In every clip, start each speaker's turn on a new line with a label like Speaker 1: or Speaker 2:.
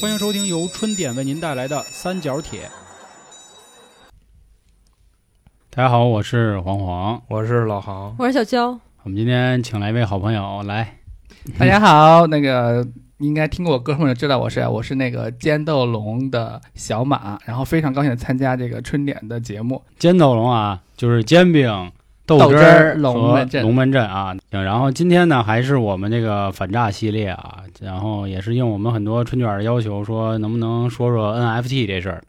Speaker 1: 欢迎收听由春点为您带来的《三角铁》。
Speaker 2: 大家好，我是黄黄。
Speaker 3: 我是老航，
Speaker 4: 我是小娇，
Speaker 2: 我们今天请来一位好朋友来，
Speaker 5: 大家好，那个应该听过我歌们就知道我是谁啊，我是那个尖斗龙的小马，然后非常高兴参加这个春点的节目。
Speaker 2: 尖斗龙啊，就是煎饼、豆
Speaker 5: 豆
Speaker 2: 汁
Speaker 5: 汁
Speaker 2: 儿
Speaker 5: 儿龙
Speaker 2: 和
Speaker 5: 门阵
Speaker 2: 龙门阵啊。行然后今天呢，还是我们这个反诈系列啊，然后也是应我们很多春卷儿的要求，说能不能说说 NFT 这事儿。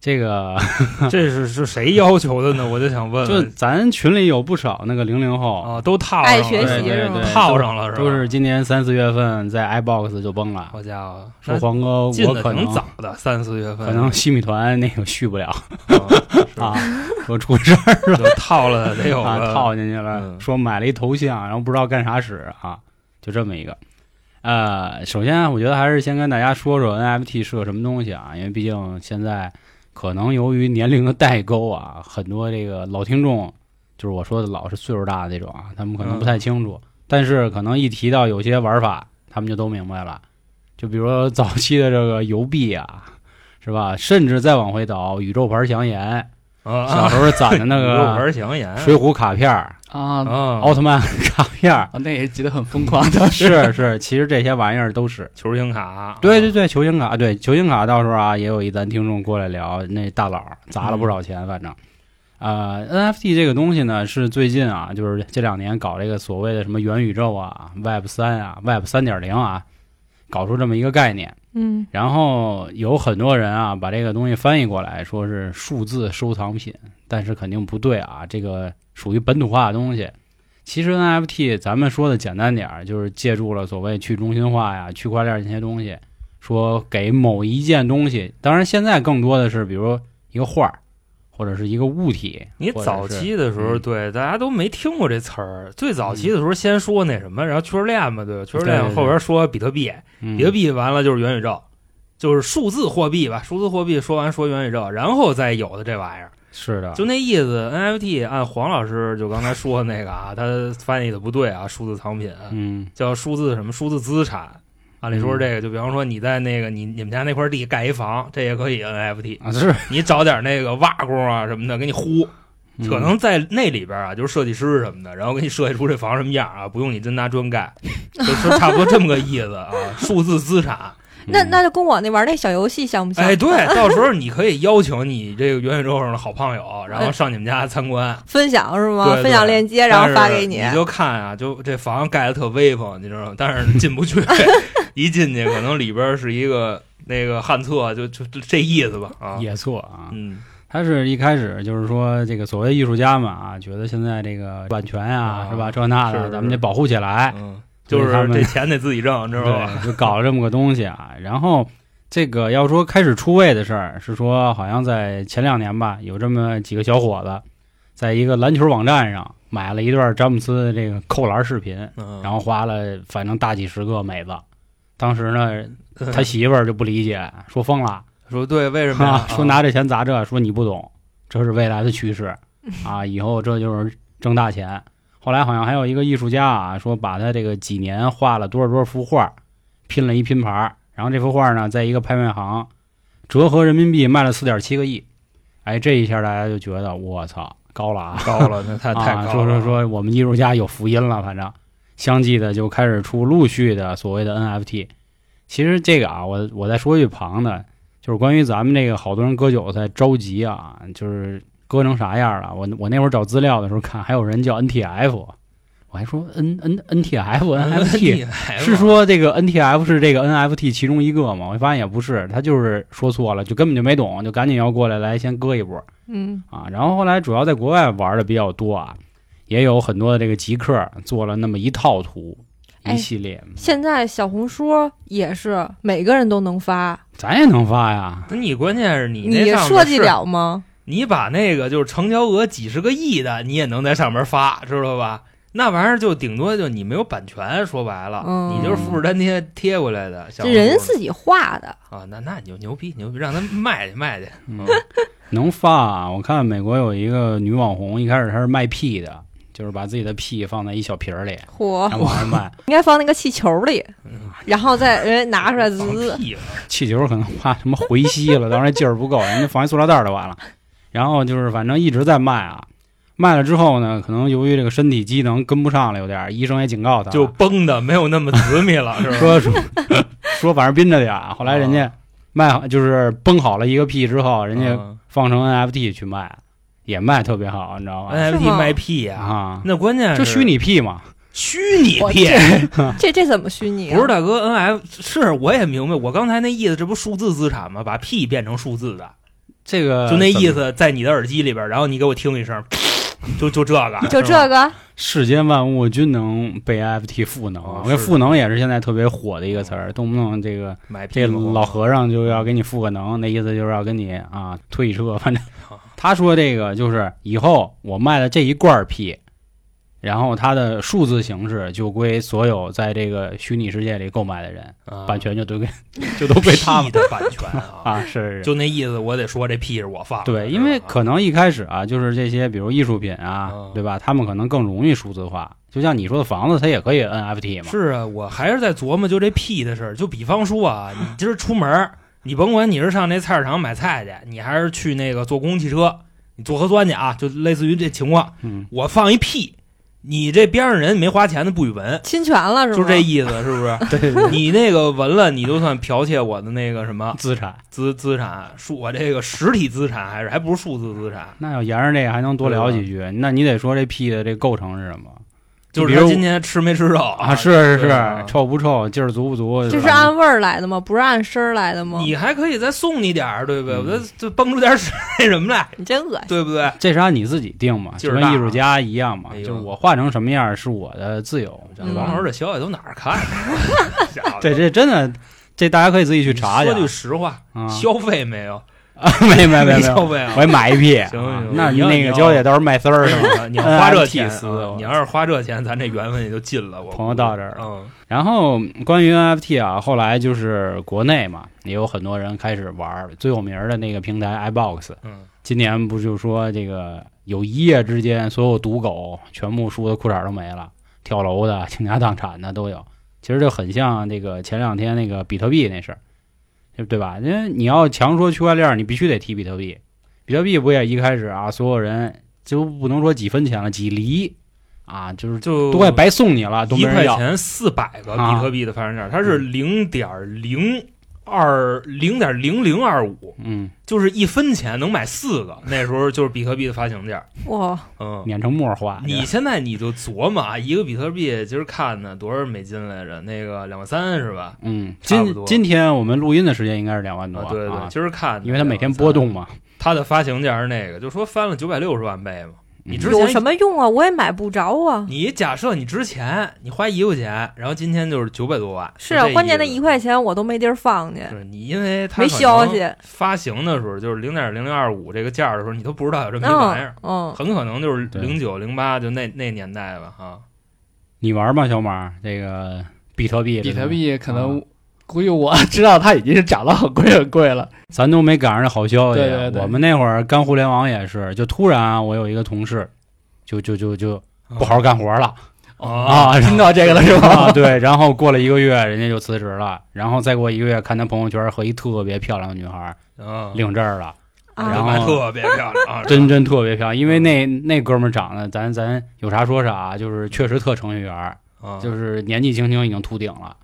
Speaker 2: 这个
Speaker 3: 这是是谁要求的呢？我就想问
Speaker 2: 就
Speaker 3: 问
Speaker 2: 咱群里有不少那个零零后
Speaker 3: 啊，都套上
Speaker 4: 爱
Speaker 3: 了，
Speaker 4: 学
Speaker 2: 对
Speaker 4: 习
Speaker 2: 对
Speaker 4: 是吗
Speaker 2: 对，
Speaker 3: 套上了是吧？
Speaker 2: 都是今年三四月份在 iBox 就崩了。
Speaker 3: 好家伙，
Speaker 2: 说黄哥，
Speaker 3: 那进
Speaker 2: 我
Speaker 3: 的
Speaker 2: 可能
Speaker 3: 挺早嗯的，三四月份
Speaker 2: 可能西米团那个续不了啊
Speaker 3: 啊，
Speaker 2: 说出事儿
Speaker 3: 是就套了得有
Speaker 2: 啊，
Speaker 3: 个
Speaker 2: 套进去了，
Speaker 3: 嗯
Speaker 2: 说买了一头像，然后不知道干啥使啊，就这么一个。呃，首先啊我觉得还是先跟大家说说 NFT 是个什么东西啊，因为毕竟现在可能由于年龄的代沟啊，很多这个老听众，就是我说的老是岁数大的那种啊，他们可能不
Speaker 3: 嗯
Speaker 2: 太清楚，但是可能一提到有些玩法，他们就都明白了。就比如说早期的这个邮币啊，是吧？甚至再往回倒，宇宙牌祥言，小
Speaker 3: 啊，
Speaker 2: 时候攒的那
Speaker 3: 有
Speaker 2: 个
Speaker 3: 玩祥言
Speaker 2: 水浒哦卡片儿、
Speaker 5: 啊，哦
Speaker 3: 啊，
Speaker 2: 奥特曼卡片 儿，
Speaker 5: 那也是急得很疯 狂的，
Speaker 2: 是是，其实这些玩意儿都是。
Speaker 3: 球星卡，
Speaker 2: 对对对，球星卡，啊对球星卡，到时候啊，也有一咱听众过来聊，那大佬儿砸了不少钱，反正，啊、n f t 这个东西呢，是最近啊，就是这两年搞这个所谓的什么元宇宙啊、Web 三啊、Web 三点零啊，搞出这么一个概念。
Speaker 4: 嗯，
Speaker 2: 然后有很多人啊，把这个东西翻译过来说是数字收藏品，但是肯定不对啊，这个属于本土化的东西。其实 NFT 咱们说的简单点儿，就是借助了所谓去中心化呀、区块链这些东西，说给某一件东西。当然，现在更多的是比如一个画儿，或者是一个物体。
Speaker 3: 你
Speaker 2: 或者
Speaker 3: 早
Speaker 2: 是
Speaker 3: 期的时候，
Speaker 2: 嗯
Speaker 3: 对大家都没听过这词儿。最早期的时候，先说那什么，然后区块链嘛，对吧？区块
Speaker 2: 对对
Speaker 3: 链
Speaker 2: 对
Speaker 3: 后边说比特币，
Speaker 2: 嗯
Speaker 3: 比特币完了就是元宇宙，就是数字货币吧。数字货币说完说元宇宙，然后再有的这玩意儿，
Speaker 2: 是的，
Speaker 3: 就那意思。NFT 按黄老师就刚才说的那个啊，他翻译的不对啊，数字藏品
Speaker 2: 嗯
Speaker 3: 叫数字什么数字资产。按理说
Speaker 2: 嗯
Speaker 3: 这个，就比方说你在那个你你们家那块地盖一房，这也可以 NFT。
Speaker 2: 啊是
Speaker 3: 你找点那个瓦工啊什么的给你呼，
Speaker 2: 嗯
Speaker 3: 可能在那里边啊，就是设计师什么的，然后给你设计出这房什么样啊，不用你真拿砖 盖，就是差不多这么个意思啊。数字资产，
Speaker 4: 那那
Speaker 2: 嗯
Speaker 4: 就跟我那玩那小游戏像不
Speaker 3: 嗯
Speaker 4: 像？
Speaker 3: 哎，对， 到时候你可以邀请你这个元宇宙上的好胖友，然后上你们家参观，
Speaker 4: 分享是吗？
Speaker 3: 对对
Speaker 4: 分享链嗯哎接，然后发给
Speaker 3: 你
Speaker 4: 你。，
Speaker 3: 就看啊，就这房盖的特威风，你知道吗？但是进 不去，一进去可能里边是一个那个旱厕，就就就这意思吧啊，
Speaker 2: 也错啊，
Speaker 3: 嗯
Speaker 2: 他是一开始就是说这个所谓艺术家们啊，觉得现在这个版权呀、
Speaker 3: 啊
Speaker 2: 是吧，这那
Speaker 3: 是
Speaker 2: 的，
Speaker 3: 是
Speaker 2: 咱们得保护起来，
Speaker 3: 嗯，
Speaker 2: 哎所
Speaker 3: 就
Speaker 2: 以
Speaker 3: 是
Speaker 2: 他们
Speaker 3: 这钱得自己挣，知道吧？
Speaker 2: 对，就搞了这么个东西啊。然后这个要说开始出位的事儿，是说好像在前两年吧，有这么几个小伙子，在一个篮球网站上买了一段詹姆斯的这个扣篮视频，
Speaker 3: 嗯
Speaker 2: 然后花了反正大几十个美子。当时呢， 他媳妇儿就不理解，说疯了。
Speaker 3: 说对，为什么呀
Speaker 2: 啊，说拿这钱砸这，说你不懂，这是未来的趋 势啊，以后这就是挣大钱。后来好像还有一个艺术家啊，说把他这个几年画了多少多少幅画，拼了一拼盘儿，然后这幅画呢，在一个拍卖行折合人民币卖了四点七个亿，哎，这一下大家就觉得我操高了啊！
Speaker 3: 高了，那太太高
Speaker 2: 啊，
Speaker 3: 了，
Speaker 2: 说说说我们艺术家有福音了，反正相继的就开始出陆续的所谓的 NFT。其实这个啊，我我再说一句旁的，就是关于咱们这个好多人割韭菜着急啊，就是割成啥样了？我我那会儿找资料的时候看，还有人叫 NTF，我还说 N N NTF NFT
Speaker 3: 你来吧
Speaker 2: 是说这个 NTF 是这个 NFT 其中一个吗？我发现也不是，他就是说错了，就根本就没懂，就赶紧要过来来先割一波。
Speaker 4: 嗯，
Speaker 2: 啊，然后后来主要在国外玩的比较多啊，也有很多的这个极客做了那么一套图一
Speaker 4: 哎
Speaker 2: 系列，
Speaker 4: 现在小红书也是每个人都能发，
Speaker 2: 咱也能发呀。
Speaker 3: 那你关键是你那
Speaker 4: 你
Speaker 3: 上面
Speaker 4: 设计
Speaker 3: 是，
Speaker 4: 了吗？
Speaker 3: 你把那个就是成交额几十个亿的，你也能在上面发，知道吧？那玩意儿就顶多就你没有版权，说白了，
Speaker 4: 嗯
Speaker 3: 你就是复制粘贴贴过来的。小
Speaker 4: 这人
Speaker 3: 红书
Speaker 4: 自己画的，
Speaker 3: 啊，那那你就牛逼牛逼，让他卖去卖去。
Speaker 2: 嗯能发啊！我看美国有一个女网红，一开始她是卖屁的，就是把自己的屁放在一小瓶儿里，
Speaker 4: 嚯，
Speaker 2: 然后往外卖。
Speaker 4: 应该放那个气球里， 然后再人家拿出来
Speaker 3: 嗯放
Speaker 4: 滋，
Speaker 3: 屁了
Speaker 2: 气球可能怕什么回吸了，当时劲儿不够，人家放一塑料袋儿就完了。然后就是反正一直在卖啊，卖了之后呢，可能由于这个身体机能跟不上了，有点儿医生也警告他，
Speaker 3: 就崩的没有那么紫密了，是吧？
Speaker 2: 说说说反正憋着点儿。啊后来人
Speaker 3: 哦
Speaker 2: 家卖好就是崩好了一个屁之后，人家
Speaker 3: 嗯
Speaker 2: 放成 NFT 去卖，也卖特别好，你知道吧？
Speaker 4: 是
Speaker 3: NFT
Speaker 4: 吗
Speaker 3: 卖屁哎呀，
Speaker 2: 啊，
Speaker 3: 那关键
Speaker 2: 就是虚拟屁嘛，
Speaker 3: 虚拟屁，
Speaker 4: 这这怎么虚拟、啊？
Speaker 3: 不是大哥，NFT 是我也明白，我刚才那意思，这不数字资产吗？把屁变成数字的，
Speaker 2: 这个
Speaker 3: 就那意
Speaker 2: 呃怎么，
Speaker 3: 思，在你的耳机里边，然后你给我听一声，就就这个，
Speaker 4: 就是这
Speaker 3: 吧
Speaker 4: 个，
Speaker 2: 世间万物均能被 NFT 赋能。啊
Speaker 3: 哦
Speaker 2: 我觉得
Speaker 3: 是哦
Speaker 2: 赋能也是现在特别火的一个词儿，动不动这个。
Speaker 3: 买屁
Speaker 2: 这
Speaker 3: 股
Speaker 2: 老和尚就要给你复个能，那意思就是要跟你啊推一车。反正 他说这个就是以后我卖的这一罐儿屁，然后它的数字形式就归所有在这个虚拟世界里购买的人，
Speaker 3: 啊
Speaker 2: 版权就都给就都归他
Speaker 3: 屁
Speaker 2: 们
Speaker 3: 的 版权啊，
Speaker 2: 啊，是是。
Speaker 3: 就那意思，我得说这屁是我放的，
Speaker 2: 对，因为
Speaker 3: 是吧
Speaker 2: 可能一开始啊，就是这些，比如艺术品啊
Speaker 3: 嗯，
Speaker 2: 对吧？他们可能更容易数字化，就像你说的房子，它也可以 NFT 嘛。
Speaker 3: 是啊，我还是在琢磨就这屁的事儿。就比方说啊，你今儿出门儿，你甭管你是上那菜市场买菜去，你还是去那个坐公共汽车，你坐核酸去啊，就类似于这情况。
Speaker 2: 嗯，
Speaker 3: 我放一屁，你这边上人没花钱的不许闻，
Speaker 4: 侵权了是吗？
Speaker 3: 就这意思，是不是？
Speaker 2: 对对，
Speaker 3: 你那个闻了，你就算剽窃我的那个什么
Speaker 2: 资产。
Speaker 3: 资资产，数我这个实体资产还是还不是数字资产？
Speaker 2: 那要沿着这个还能多聊
Speaker 3: 对吧啊
Speaker 2: 几句，那你得说这屁的这构成是什么？
Speaker 3: 就
Speaker 2: 比
Speaker 3: 是
Speaker 2: 如
Speaker 3: 他今天吃没吃肉
Speaker 2: 啊，是是是
Speaker 3: 对啊，
Speaker 2: 臭不臭，劲儿足不足，
Speaker 4: 这是
Speaker 2: 吧
Speaker 4: 按味儿来的吗？不是按声儿来的吗？
Speaker 3: 你还可以再送你点儿，对不对？
Speaker 2: 嗯
Speaker 3: 我再再蹦出点儿水 那什么来，
Speaker 4: 你真恶心！
Speaker 3: 对不对？
Speaker 2: 这是按你自己定嘛，
Speaker 3: 劲
Speaker 2: 就
Speaker 3: 儿
Speaker 2: 跟
Speaker 3: 大啊
Speaker 2: 艺术家一样嘛，
Speaker 3: 哎
Speaker 2: 就
Speaker 3: 呦嗯
Speaker 2: 是我画成什么样是我的自由，对
Speaker 3: 光
Speaker 2: 吧
Speaker 4: 嗯
Speaker 3: 头？这小姐都哪儿看 的？
Speaker 2: 对，这真的，这大家可以自己去查去
Speaker 3: 说句实话，
Speaker 2: 啊。
Speaker 3: 消费没有？
Speaker 2: 没没没没
Speaker 3: 消
Speaker 2: 有，我
Speaker 3: 费啊！
Speaker 2: 也买一批。
Speaker 3: 行行
Speaker 2: 那
Speaker 3: 你要
Speaker 2: 那
Speaker 3: 你
Speaker 2: 个
Speaker 3: 要
Speaker 2: 娇姐到时候卖丝儿是吧？
Speaker 3: 你要花这钱
Speaker 2: NFT 丝
Speaker 3: 啊，你要是花这钱，咱这缘分也就尽了。我
Speaker 2: 朋友到这儿了
Speaker 3: 嗯，
Speaker 2: 然后关于 NFT 啊，后来就是国内嘛，也有很多人开始玩儿，最有名儿的那个平台 iBox，
Speaker 3: 嗯
Speaker 2: 今年不就说这个有一夜之间，所有赌狗全部输的裤衩都没了，跳楼的、倾家荡产的都有。其实这很像这个前两天那个比特币那事儿，对对吧？因为你要强说区块链儿，你必须得提比特币。比特币不也一开始啊，所有人就不能说几分钱了，几厘啊，就是
Speaker 3: 就
Speaker 2: 都快白送你了，都没
Speaker 3: 一
Speaker 2: 人
Speaker 3: 块
Speaker 2: 啊要。
Speaker 3: 钱四百个
Speaker 2: 啊嗯
Speaker 3: 比特币的发行价，它是零点零二零点零零二五，
Speaker 2: 嗯，
Speaker 3: 就是一分钱能买四个。那时候就是比特币的发行价。
Speaker 4: 哇，
Speaker 3: 嗯，
Speaker 2: 碾成沫儿化。
Speaker 3: 你现在你就琢磨啊，一个比特币今儿看呢多少美金来着？那个两万三是吧？
Speaker 2: 嗯，
Speaker 3: 差不
Speaker 2: 今
Speaker 3: 多
Speaker 2: 今天我们录音的时间应该是两万多
Speaker 3: 啊，对对，
Speaker 2: 啊
Speaker 3: 今儿看的，
Speaker 2: 因为它每天波动嘛。
Speaker 3: 它的发行价是那个，就说翻了九百六十万倍嘛。
Speaker 2: 嗯
Speaker 3: 你之
Speaker 4: 有什
Speaker 3: 前
Speaker 4: 么用啊？我也买不着啊！
Speaker 3: 你假设你之前你花一块钱，然后今天就是九百多万，
Speaker 4: 是
Speaker 3: 就
Speaker 4: 啊
Speaker 3: 这，
Speaker 4: 关键那
Speaker 3: 意
Speaker 4: 一
Speaker 3: 思
Speaker 4: 块钱我都没地儿放去，
Speaker 3: 是你因为它
Speaker 4: 没
Speaker 3: 可能
Speaker 4: 消息。
Speaker 3: 发行的时候就是零点零零二五这个价的时候，你都不知道有这么一玩意
Speaker 4: 嗯
Speaker 3: 儿，
Speaker 4: 嗯，
Speaker 3: 很可能就是
Speaker 2: 对
Speaker 3: 零九零八就那那年代吧啊。
Speaker 2: 你玩吧，小马，这个比特币，
Speaker 5: 比特，币可能估计我知道它已经是涨到很贵很贵了。
Speaker 2: 咱都没赶上这好消息。啊
Speaker 5: 对对对
Speaker 2: 我们那会儿干互联网也是，就突然啊我有一个同事，就就就就
Speaker 5: 哦
Speaker 2: 不好好干活 了
Speaker 3: 啊，
Speaker 2: 啊，然
Speaker 5: 听到这个了是
Speaker 2: 后啊，
Speaker 5: 吧？
Speaker 2: 对，然后过了一个月，人家就辞职了，然后再过一个月，看他朋友圈和一特别漂亮的女孩
Speaker 3: 啊
Speaker 2: 领证了，
Speaker 4: 啊
Speaker 2: 然后
Speaker 3: 特别漂亮
Speaker 5: 哦
Speaker 3: 啊，
Speaker 2: 真真特别漂亮，因为那那哥们儿长得，咱咱有啥说啥，就是确实特程序员，
Speaker 5: 哦
Speaker 3: 啊
Speaker 2: 就是年纪轻轻已经秃顶了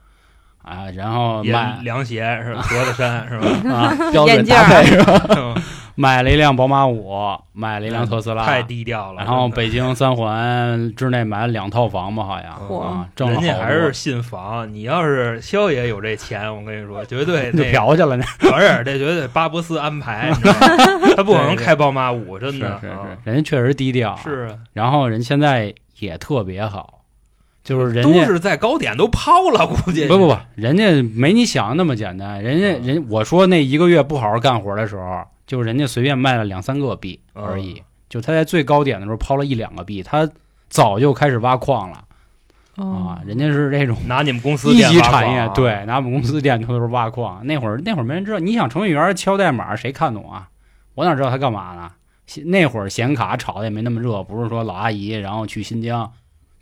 Speaker 2: 啊，然后
Speaker 3: 也
Speaker 2: 卖
Speaker 3: 凉鞋是吧？格子衫 是吧？
Speaker 2: 啊
Speaker 5: 标准
Speaker 4: 眼镜儿
Speaker 5: 搭配是吧？
Speaker 3: 嗯
Speaker 2: 买了一辆宝马五，买了一辆特斯拉，
Speaker 3: 太低调了。
Speaker 2: 然后
Speaker 3: 真的
Speaker 2: 北京三环之内买了两套房吧，好像
Speaker 4: 嚯
Speaker 2: 啊，挣了
Speaker 3: 哦人
Speaker 2: 好
Speaker 3: 家
Speaker 2: 多，
Speaker 3: 还是信房，你要是肖爷有这钱，我跟你说，绝对
Speaker 2: 就
Speaker 3: 那
Speaker 2: 嫖去了呢。
Speaker 3: 不是，这绝对巴博斯安排，你知道 吗他不可能开宝马五，真
Speaker 2: 是
Speaker 3: 的
Speaker 2: 是
Speaker 3: 啊
Speaker 2: 是，人家确实低调，
Speaker 3: 是啊，
Speaker 2: 然后人现在也特别好，就是人
Speaker 3: 都
Speaker 2: 家
Speaker 3: 是在高点都抛了，估计
Speaker 2: 不不不，人家没你想的那么简单，人家
Speaker 3: 嗯
Speaker 2: 人我说那一个月不好好干活的时候，就是人家随便卖了两三个币
Speaker 3: 哦
Speaker 2: 而已，就他在最高点的时候抛了一两个币，他早就开始挖矿了
Speaker 4: 哦
Speaker 2: 啊，人家是这种。
Speaker 3: 拿你们公司
Speaker 2: 一
Speaker 3: 电
Speaker 2: 级
Speaker 3: 挖矿啊嗯
Speaker 2: 产业，对，拿我们公司电头都是挖矿。那会儿那会儿没人知道，你想程序员敲代码谁看懂啊？我哪知道他干嘛呢？那会儿显卡炒的也没那么热，不是说老阿姨然后去新疆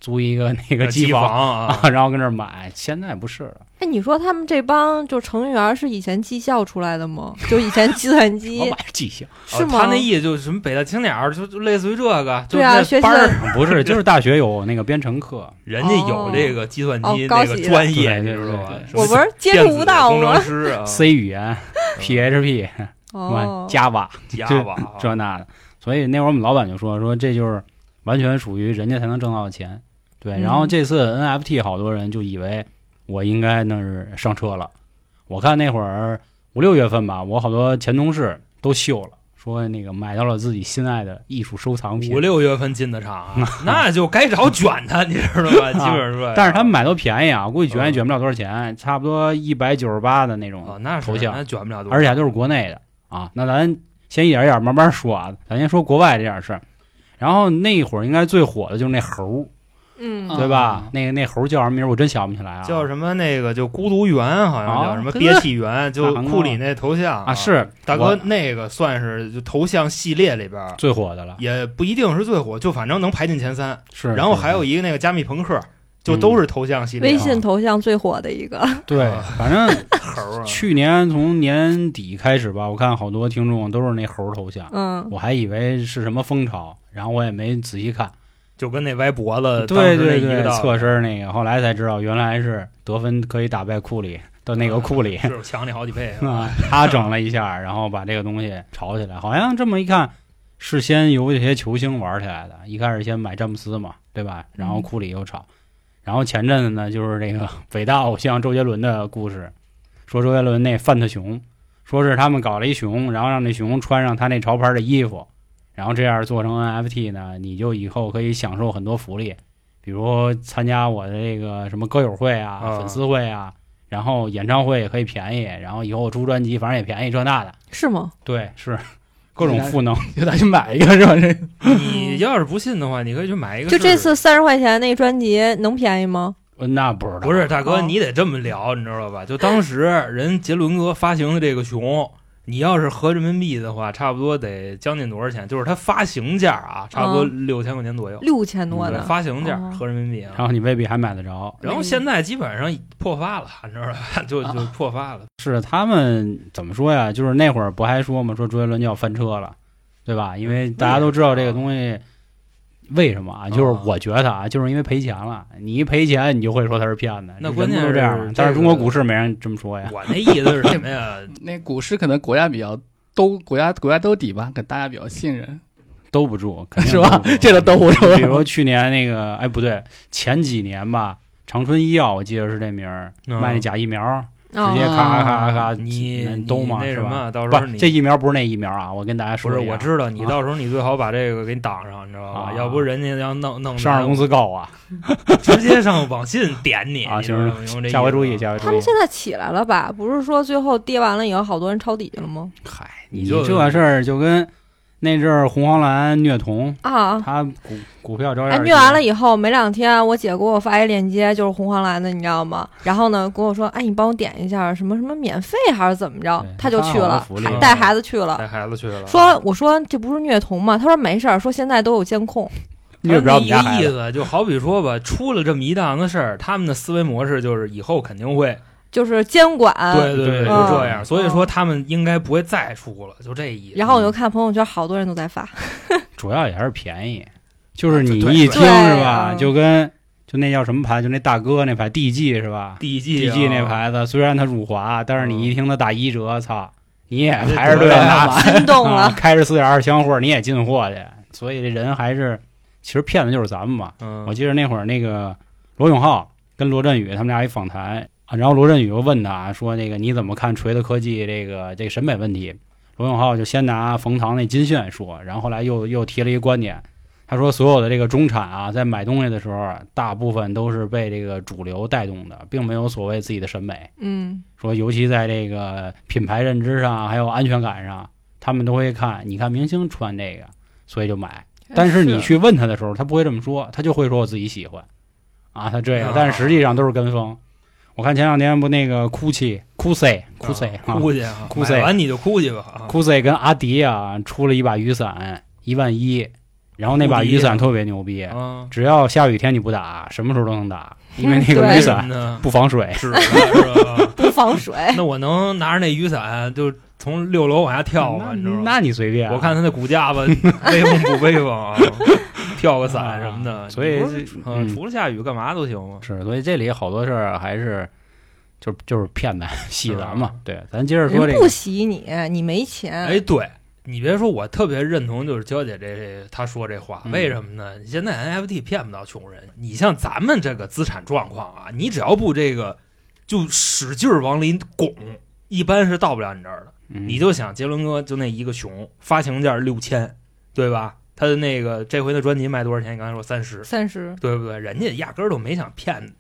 Speaker 2: 租一个那个
Speaker 3: 机
Speaker 2: 机房
Speaker 3: 啊，
Speaker 2: 啊，然后跟这儿买，现在不是了。
Speaker 4: 哎，你说他们这帮就成员是以前技校出来的吗？就以前计算
Speaker 2: 老
Speaker 4: 机
Speaker 2: 买技校
Speaker 4: 是
Speaker 3: 哦
Speaker 4: 吗？
Speaker 3: 他那意思就是什么北大青鸟儿，就就类似于这个，就
Speaker 4: 对啊
Speaker 3: 那
Speaker 4: 学习
Speaker 3: 班儿，
Speaker 2: 不是，就是大学有那个编程课，
Speaker 3: 人家有这个计算
Speaker 4: 哦
Speaker 3: 机那
Speaker 4: 高
Speaker 3: 个
Speaker 4: 级的
Speaker 3: 专业，
Speaker 2: 对
Speaker 3: 你
Speaker 2: 对
Speaker 3: 知道吧
Speaker 2: 对？对
Speaker 3: 什么
Speaker 4: 我不是接
Speaker 3: 电
Speaker 4: 触
Speaker 3: 子
Speaker 4: 不到
Speaker 3: 工程
Speaker 4: 吗？
Speaker 3: 师啊
Speaker 2: C 语言、PHP、
Speaker 4: 哦
Speaker 2: 完，Java
Speaker 3: 加吧，
Speaker 2: 这那的，所以那会儿我们老板就说说这就是完全属于人家才能挣到的钱，对。
Speaker 4: 嗯
Speaker 2: 然后这次 NFT 好多人就以为我应该那是上车了，我看那会儿五六月份吧，我好多前同事都秀了，说那个买到了自己心爱的艺术收藏品
Speaker 3: 五，六月份进的场啊， 那就该找卷他，你知道吧？基本上，
Speaker 2: 啊但是他们买都便宜啊，估计卷也
Speaker 3: 嗯
Speaker 2: 卷不了多少钱，差不多一百九十八的那种
Speaker 3: 啊，那是
Speaker 2: 头像
Speaker 3: 那卷不了多少，
Speaker 2: 而且还都是国内的啊。那咱先一点一点慢慢说啊，咱先说国外这点事儿。然后那会儿应该最火的就是那猴儿，
Speaker 4: 嗯，
Speaker 5: 啊
Speaker 2: 对吧？那个那猴儿叫什么名儿？我真想不起来啊。
Speaker 3: 叫什么那个就孤独园，好像
Speaker 2: 啊
Speaker 3: 叫什么
Speaker 2: 对
Speaker 3: 憋气园，就
Speaker 2: 那
Speaker 3: 库里那头像
Speaker 2: 啊？是
Speaker 3: 大
Speaker 2: 我
Speaker 3: 哥那个算是就头像系列里边儿
Speaker 2: 最火的了，
Speaker 3: 也不一定是最火，就反正能排进前三。
Speaker 2: 是。
Speaker 3: 然后
Speaker 2: 是
Speaker 3: 还有一个那个加密朋克，就都是头像系列
Speaker 4: 嗯微信头像最火的 一个，
Speaker 2: 对，反正
Speaker 3: 猴啊儿啊。
Speaker 2: 去年从年底开始吧，我看好多听众都是那猴儿头像，
Speaker 4: 嗯，
Speaker 2: 我还以为是什么风潮，然后我也没仔细看。
Speaker 3: 就跟那歪脖子呃当
Speaker 2: 对
Speaker 3: 时那
Speaker 2: 对
Speaker 3: 一个
Speaker 2: 对，
Speaker 3: 道理
Speaker 2: 侧身那个，后来才知道原来是得分可以打败库里的那
Speaker 3: 啊
Speaker 2: 个库里。
Speaker 3: 是强你好几倍啊！
Speaker 2: 啊， 他整了一下，然后把这个东西炒起来。好像这么一看，是先由这些球星玩起来的。一开始先买詹姆斯嘛，对吧？然后库里又炒，然后前阵子呢，就是这个伟大偶像周杰伦的故事，说周杰伦那范特熊，说是他们搞了一熊，然后让那熊穿上他那潮牌的衣服，然后这样做成 NFT 呢，你就以后可以享受很多福利，比如参加我的这个什么歌友会啊、
Speaker 3: 啊
Speaker 2: 粉丝会啊，然后演唱会也可以便宜，然后以后我出专辑反正也便宜这那的，
Speaker 4: 是吗？
Speaker 2: 对，是各种赋能，
Speaker 5: 就咱去买一个是吧？这
Speaker 2: 嗯
Speaker 3: 你要是不信的话，你可以去买一个试
Speaker 4: 就
Speaker 3: 试。
Speaker 4: 这次三十块钱那专辑能便宜吗？
Speaker 2: 那不知道
Speaker 3: 不是大哥，
Speaker 4: 哦
Speaker 3: 你得这么聊，你知道吧？就当时人杰伦哥发行的这个熊，你要是合人民币的话，差不多得将近多少钱？就是它发行价啊，差不多六千块钱左右。
Speaker 4: 嗯六千多
Speaker 3: 对
Speaker 4: 呢，
Speaker 3: 嗯发行价
Speaker 4: 哦
Speaker 3: 合人民币啊
Speaker 2: 然。后你未必还买得着。
Speaker 3: 然后现在基本上破发了，你知道吧？ 就
Speaker 2: 啊
Speaker 3: 就破发了。
Speaker 2: 是他们怎么说呀？就是那会儿不还说嘛，说周杰伦就要翻车了，对吧？因为大家都知道这个东西为什么啊？就是我觉得啊，就是因为赔钱了。你一赔钱，你就会说他是骗子。
Speaker 3: 那
Speaker 2: 人
Speaker 3: 关键
Speaker 2: 不
Speaker 3: 是
Speaker 2: 都这样
Speaker 3: 这
Speaker 2: 吗
Speaker 3: 个？
Speaker 2: 但是中国股市没人这么说呀。
Speaker 3: 我那意思是什 么呀？
Speaker 5: 那股市可能国家比较兜，国家国家兜底吧，可大家比较信任，
Speaker 2: 兜不 住，肯定
Speaker 5: 是吧
Speaker 2: 兜不住？
Speaker 5: 这个兜不 住
Speaker 2: 比如去年那个，哎，不对，前几年吧，长春医药，我记得是这名儿，
Speaker 3: 嗯
Speaker 2: 卖那假疫苗，直接咔
Speaker 4: 啊，
Speaker 2: 咔咔咔咔，
Speaker 3: 你
Speaker 2: 嗯
Speaker 3: 你
Speaker 2: 兜嘛，
Speaker 3: 那
Speaker 2: 是
Speaker 3: 什
Speaker 2: 吧？
Speaker 3: 么，到时
Speaker 2: 不
Speaker 3: 候
Speaker 2: 是，
Speaker 3: 你
Speaker 2: 这疫苗不是那疫苗啊！我跟大家说
Speaker 3: 不是
Speaker 2: 一下
Speaker 3: 我知道，你
Speaker 2: 啊
Speaker 3: 到时候你最好把这个给你挡上，你知道吧？
Speaker 2: 啊
Speaker 3: 要不人家要弄弄
Speaker 2: 上市公
Speaker 3: 司
Speaker 2: 司告我，
Speaker 3: 直接上网信点你
Speaker 2: 啊
Speaker 3: 你知道吗
Speaker 2: 行
Speaker 3: 用这意思
Speaker 2: 下回注意，下回
Speaker 4: 他
Speaker 2: 注意
Speaker 4: 们。现在起来了吧？不是说最后跌完了以后，好多人抄底了吗？
Speaker 2: 嗨，
Speaker 3: 你
Speaker 2: 你
Speaker 3: 就
Speaker 2: 这事儿就跟那阵儿红黄蓝虐童，
Speaker 4: 啊，
Speaker 2: 他股股票照
Speaker 4: 哎，
Speaker 2: 样
Speaker 4: 虐完了以后没两天，我姐给我发一链接，就是红黄蓝的，你知道吗？然后呢，跟我说，哎，你帮我点一下，什么什么免费还是怎么着
Speaker 2: 对？
Speaker 4: 她就
Speaker 2: 发
Speaker 4: 去
Speaker 2: 好
Speaker 4: 了
Speaker 2: 多福利
Speaker 4: 还带孩子去了。
Speaker 3: 啊带孩子去了，
Speaker 4: 说，我说这不是虐童吗？她说没事儿，说现在都有监控。
Speaker 2: 虐不着我们
Speaker 3: 一
Speaker 2: 家
Speaker 3: 个
Speaker 2: 孩
Speaker 3: 意
Speaker 2: 子，
Speaker 3: 思，就好比说吧，出了这么一档子事儿，他们的思维模式就是以后肯定会，
Speaker 4: 就是监管。
Speaker 3: 对对，
Speaker 2: 对啊
Speaker 3: 就
Speaker 4: 嗯
Speaker 3: 这样。所以说他们应该不会再出了，就这意思。
Speaker 4: 然后我就看朋友圈，好多人都在发。
Speaker 2: 主要也还是便宜，就是你
Speaker 3: 啊对
Speaker 2: 一听
Speaker 4: 对
Speaker 2: 是吧，
Speaker 4: 嗯
Speaker 2: 就跟就那叫什么牌，就那大哥那牌 DG 是吧
Speaker 3: DG
Speaker 2: ？DG 那牌
Speaker 3: 盘
Speaker 2: 子虽然它辱华，但是你一听它打一折，操，你也排着
Speaker 3: 嗯对
Speaker 2: 队拿，
Speaker 4: 心动
Speaker 2: 啊
Speaker 4: 了，
Speaker 2: 开着四点二箱货你也进货去，所以这人还是其实骗的就是咱们嘛。
Speaker 3: 嗯，
Speaker 2: 我记得那会儿那个罗永浩跟罗振宇他们俩一访谈啊，然后罗振宇又问他说：“那个你怎么看锤子科技这个这个审美问题？”罗永浩就先拿冯唐那金炫说，然后后来又又提了一个观点，他说所有的这个中产啊，在买东西的时候，啊大部分都是被这个主流带动的，并没有所谓自己的审美。
Speaker 4: 嗯，
Speaker 2: 说尤其在这个品牌认知上还有安全感上，他们都会看，你看明星穿这个，所以就买。但是你去问他的时候，他不会这么说，他就会说我自己喜欢，啊，他这
Speaker 3: 啊
Speaker 2: 个，但是实际上都是跟风。我看前两天不那个 Gucci、Gucci、Gucci 啊
Speaker 3: 哭去啊，
Speaker 2: 哭塞
Speaker 3: 买完你就哭去吧啊。
Speaker 2: ，Gucci 跟阿迪啊出了一把雨伞，一万一，然后那把
Speaker 3: 无敌
Speaker 2: 雨伞特别牛逼，
Speaker 3: 啊，
Speaker 2: 只要下雨天你不打，什么时候都能打，因为那
Speaker 4: 嗯
Speaker 2: 个
Speaker 4: 对
Speaker 2: 雨
Speaker 3: 为什么
Speaker 2: 伞哎
Speaker 3: 呢？
Speaker 2: 不防水。
Speaker 3: 纸啊是吧？
Speaker 4: 不防水。
Speaker 3: 那我能拿着那雨伞就从六楼往下跳吗？
Speaker 2: 那
Speaker 3: 你知道吗？
Speaker 2: 那你随便，啊
Speaker 3: 我看他那骨架吧， 威风不威风啊？跳个伞什么的，
Speaker 2: 所以
Speaker 3: 你不是
Speaker 2: 这
Speaker 3: 嗯
Speaker 2: 嗯
Speaker 3: 除了下雨干嘛都行啊吗？
Speaker 2: 是，所以这里好多事儿还是就就是骗咱戏咱嘛。对，咱接着说这
Speaker 4: 人不
Speaker 2: 个，
Speaker 4: 洗你，你没钱。
Speaker 3: 哎，对你别说，我特别认同就是娇姐这这她说这话，
Speaker 2: 嗯
Speaker 3: 为什么呢？现在 NFT 骗不到穷人，你像咱们这个资产状况啊，你只要不这个就使劲儿往里拱，一般是到不了你这儿的。
Speaker 2: 嗯
Speaker 3: 你就想杰伦哥就那一个熊，发行价六千，对吧？他的那个这回的专辑卖多少钱？你刚才说三十，
Speaker 4: 三十
Speaker 3: 对不对？人家压根儿都没想骗，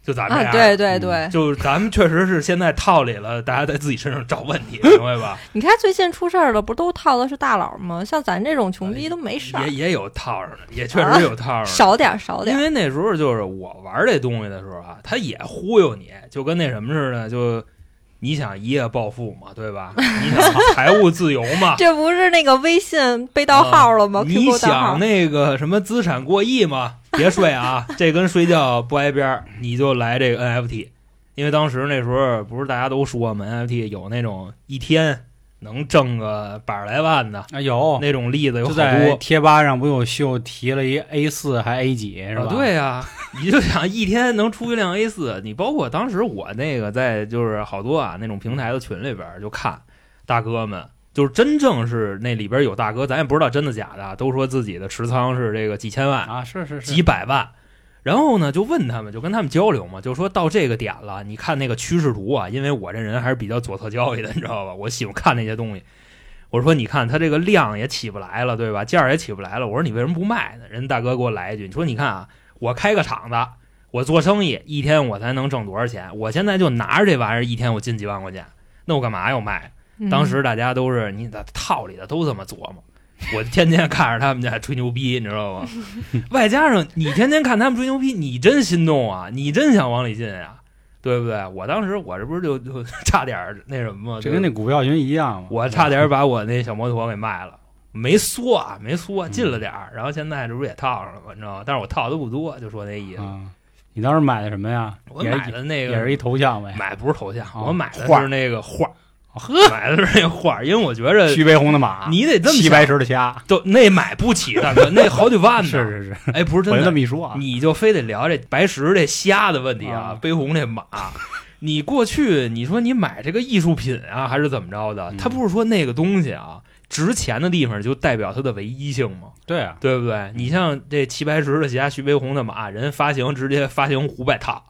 Speaker 3: 就咱们
Speaker 4: 啊，
Speaker 3: 俩，
Speaker 4: 对对
Speaker 2: 嗯
Speaker 4: 对，
Speaker 3: 就是咱们确实是现在套里了，大家在自己身上找问 题，明白吧？
Speaker 4: 你看最近出事儿的不都套的是大佬吗？像咱这种穷逼都没事儿
Speaker 3: 也，也有套上的，也确实有套上的。
Speaker 4: 少点儿少点
Speaker 3: 因
Speaker 4: 儿。，
Speaker 3: 为那时候就是我玩这东西的时候啊，他也忽悠你，就跟那什么似的，就你想一夜暴富嘛，对吧？你想财务自由嘛
Speaker 4: 这不是那个微信被盗号了吗
Speaker 3: 啊你
Speaker 4: ？QQ 盗号
Speaker 3: 想。那个什么资产过亿嘛？别睡啊，这跟睡觉不挨边儿，你就来这个 NFT，因为当时那时候不是大家都说嘛，NFT 有那种一天能挣个百十来万的
Speaker 2: 啊有，
Speaker 3: 那种例子有
Speaker 2: 就
Speaker 3: 好
Speaker 2: 在
Speaker 3: 多。
Speaker 2: 贴吧上不有秀提了一 A 四还 A 几是吧？
Speaker 3: 啊，对呀、 你就想一天能出一辆 A 四，你包括当时我那个在就是好多啊那种平台的群里边儿就看大哥们，就是真正是那里边儿有大哥，咱也不知道真的假的啊，都说自己的持仓是这个几千万，
Speaker 2: 啊，是是是，
Speaker 3: 几百万。然后呢，就问他们，就跟他们交流嘛，就说到这个点了，你看那个趋势图啊，因为我这人还是比较左侧交易的，你知道吧？我喜欢看那些东西。我说，你看它这个量也起不来了，对吧？价儿也起不来了。我说你为什么不卖呢？人大哥给我来一句，你说你看啊，我开个厂子，我做生意，一天我才能挣多少钱？我现在就拿着这玩意儿，一天我进几万块钱，那我干嘛要卖？
Speaker 4: 嗯
Speaker 3: 当时大家都是你在套里的都这么琢磨， 我天天看着他们家吹牛逼，你知道吗？外加上你天天看他们吹牛逼，你真心动啊，你真想往里进啊，对不对？我当时我这不是就 就差点儿那什么吗？
Speaker 2: 这跟那
Speaker 3: 就
Speaker 2: 股票群一样嘛。
Speaker 3: 我差点儿把我那小摩托给卖了。没缩啊，没缩，进了点儿，然后现在这不是也套上了吗？你知道吗？但是我套的不多，就说那意思。
Speaker 2: 啊，你当时买的什么呀？
Speaker 3: 我
Speaker 2: 也
Speaker 3: 买
Speaker 2: 是
Speaker 3: 的那个
Speaker 2: 也是一头像呗，
Speaker 3: 买不是头像，
Speaker 2: 哦
Speaker 3: 我买的
Speaker 2: 画
Speaker 3: 是那个画儿，买的是那画儿，因为我觉着
Speaker 2: 徐悲鸿的马，
Speaker 3: 你得这么
Speaker 2: 齐
Speaker 3: 想
Speaker 2: 白石的虾，
Speaker 3: 都那买不起，大 哥，那好几万
Speaker 2: 是
Speaker 3: 呢。
Speaker 2: 是是，
Speaker 3: 哎，不是
Speaker 2: 我
Speaker 3: 真
Speaker 2: 就这
Speaker 3: 的，
Speaker 2: 么一说啊，
Speaker 3: 你就非得聊这白石这虾的问题啊
Speaker 2: 啊，
Speaker 3: 背红这马。你过去你说你买这个艺术品啊，还是怎么着的？
Speaker 2: 嗯
Speaker 3: 他不是说那个东西啊值钱的地方就代表它的唯一性吗？
Speaker 2: 对啊，
Speaker 3: 对不对？你像这齐白石的侠、徐悲鸿的马，人发行直接发行五百套，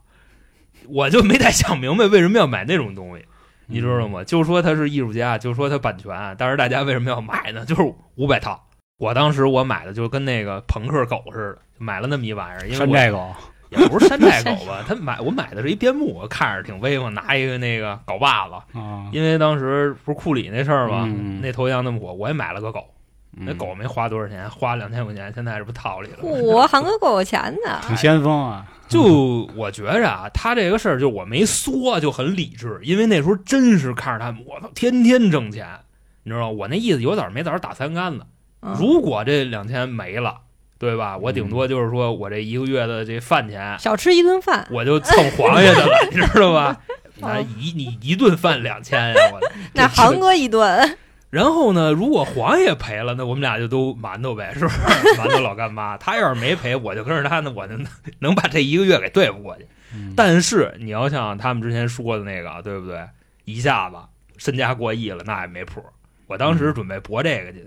Speaker 3: 我就没太想明白为什么要买那种东西，你知道吗？就说他是艺术家，就说他版权，但是大家为什么要买呢？就是五百套。我当时我买的就跟那个朋克狗似的，买了那么一玩意儿，因为
Speaker 2: 山
Speaker 3: 我
Speaker 2: 寨狗，
Speaker 3: 也不是山寨狗吧，他买我买的是一边牧，我看着挺威风，拿一个那个镐把子，
Speaker 2: 啊，
Speaker 3: 因为当时不是库里那事儿嘛，
Speaker 2: 嗯
Speaker 3: 那头像那么火，我也买了个狗，那
Speaker 2: 嗯
Speaker 3: 狗没花多少钱，花两千块钱，现在这不套里了吗。
Speaker 4: 我嗯韩哥够有钱的，
Speaker 2: 挺先锋啊，
Speaker 3: 就我觉着啊，他这个事儿就我没缩，就很理智，因为那时候真是看着他们，我操，天天挣钱，你知道吗？我那意思有点没早打三竿子。
Speaker 4: 嗯
Speaker 3: 如果这两千没了，对吧？我顶多就是说我这一个月的这饭钱，
Speaker 4: 少吃一顿饭，
Speaker 3: 我就蹭黄爷的了，你 知道 吧？那
Speaker 4: 哦
Speaker 3: 一你一顿饭两千呀，我
Speaker 4: 那
Speaker 3: 这这
Speaker 4: 韩哥 一顿，
Speaker 3: 然后呢，如果黄爷赔了，那我们俩就都馒头呗，是不是？馒头老干妈。他要是没赔，我就跟着他呢，我就能能把这一个月给对付过去。
Speaker 2: 嗯
Speaker 3: 但是你要像他们之前说的那个，对不对？一下子身家过亿了，那也没谱。我当时准备搏这个去，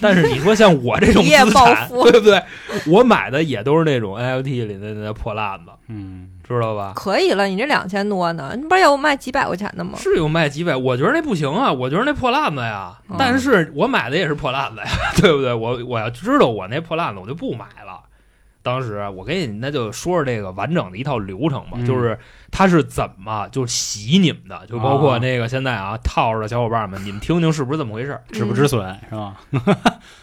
Speaker 3: 但是你说像我 这种
Speaker 4: 一夜
Speaker 3: 资
Speaker 4: 暴
Speaker 3: 产，
Speaker 4: 富
Speaker 3: 对不对？我买的也都是那种 NFT 里的那破烂子，
Speaker 2: 嗯，
Speaker 3: 知道吧？
Speaker 4: 可以了，你这两千多呢，你不是要我卖几百块钱的吗？
Speaker 3: 是有卖几百，我觉得那不行啊，我觉得那破烂子呀。
Speaker 4: 嗯
Speaker 3: 但是我买的也是破烂子呀， 对不对？我我要知道我那破烂子，我就不买了。当时我给你那就说说这个完整的一套流程吧，
Speaker 2: 嗯
Speaker 3: 就是他是怎么就洗你们的，就包括那个现在啊套着的
Speaker 4: 嗯
Speaker 3: 小伙伴们，你们听听是不是这么回事儿？
Speaker 2: 止不止损是吧？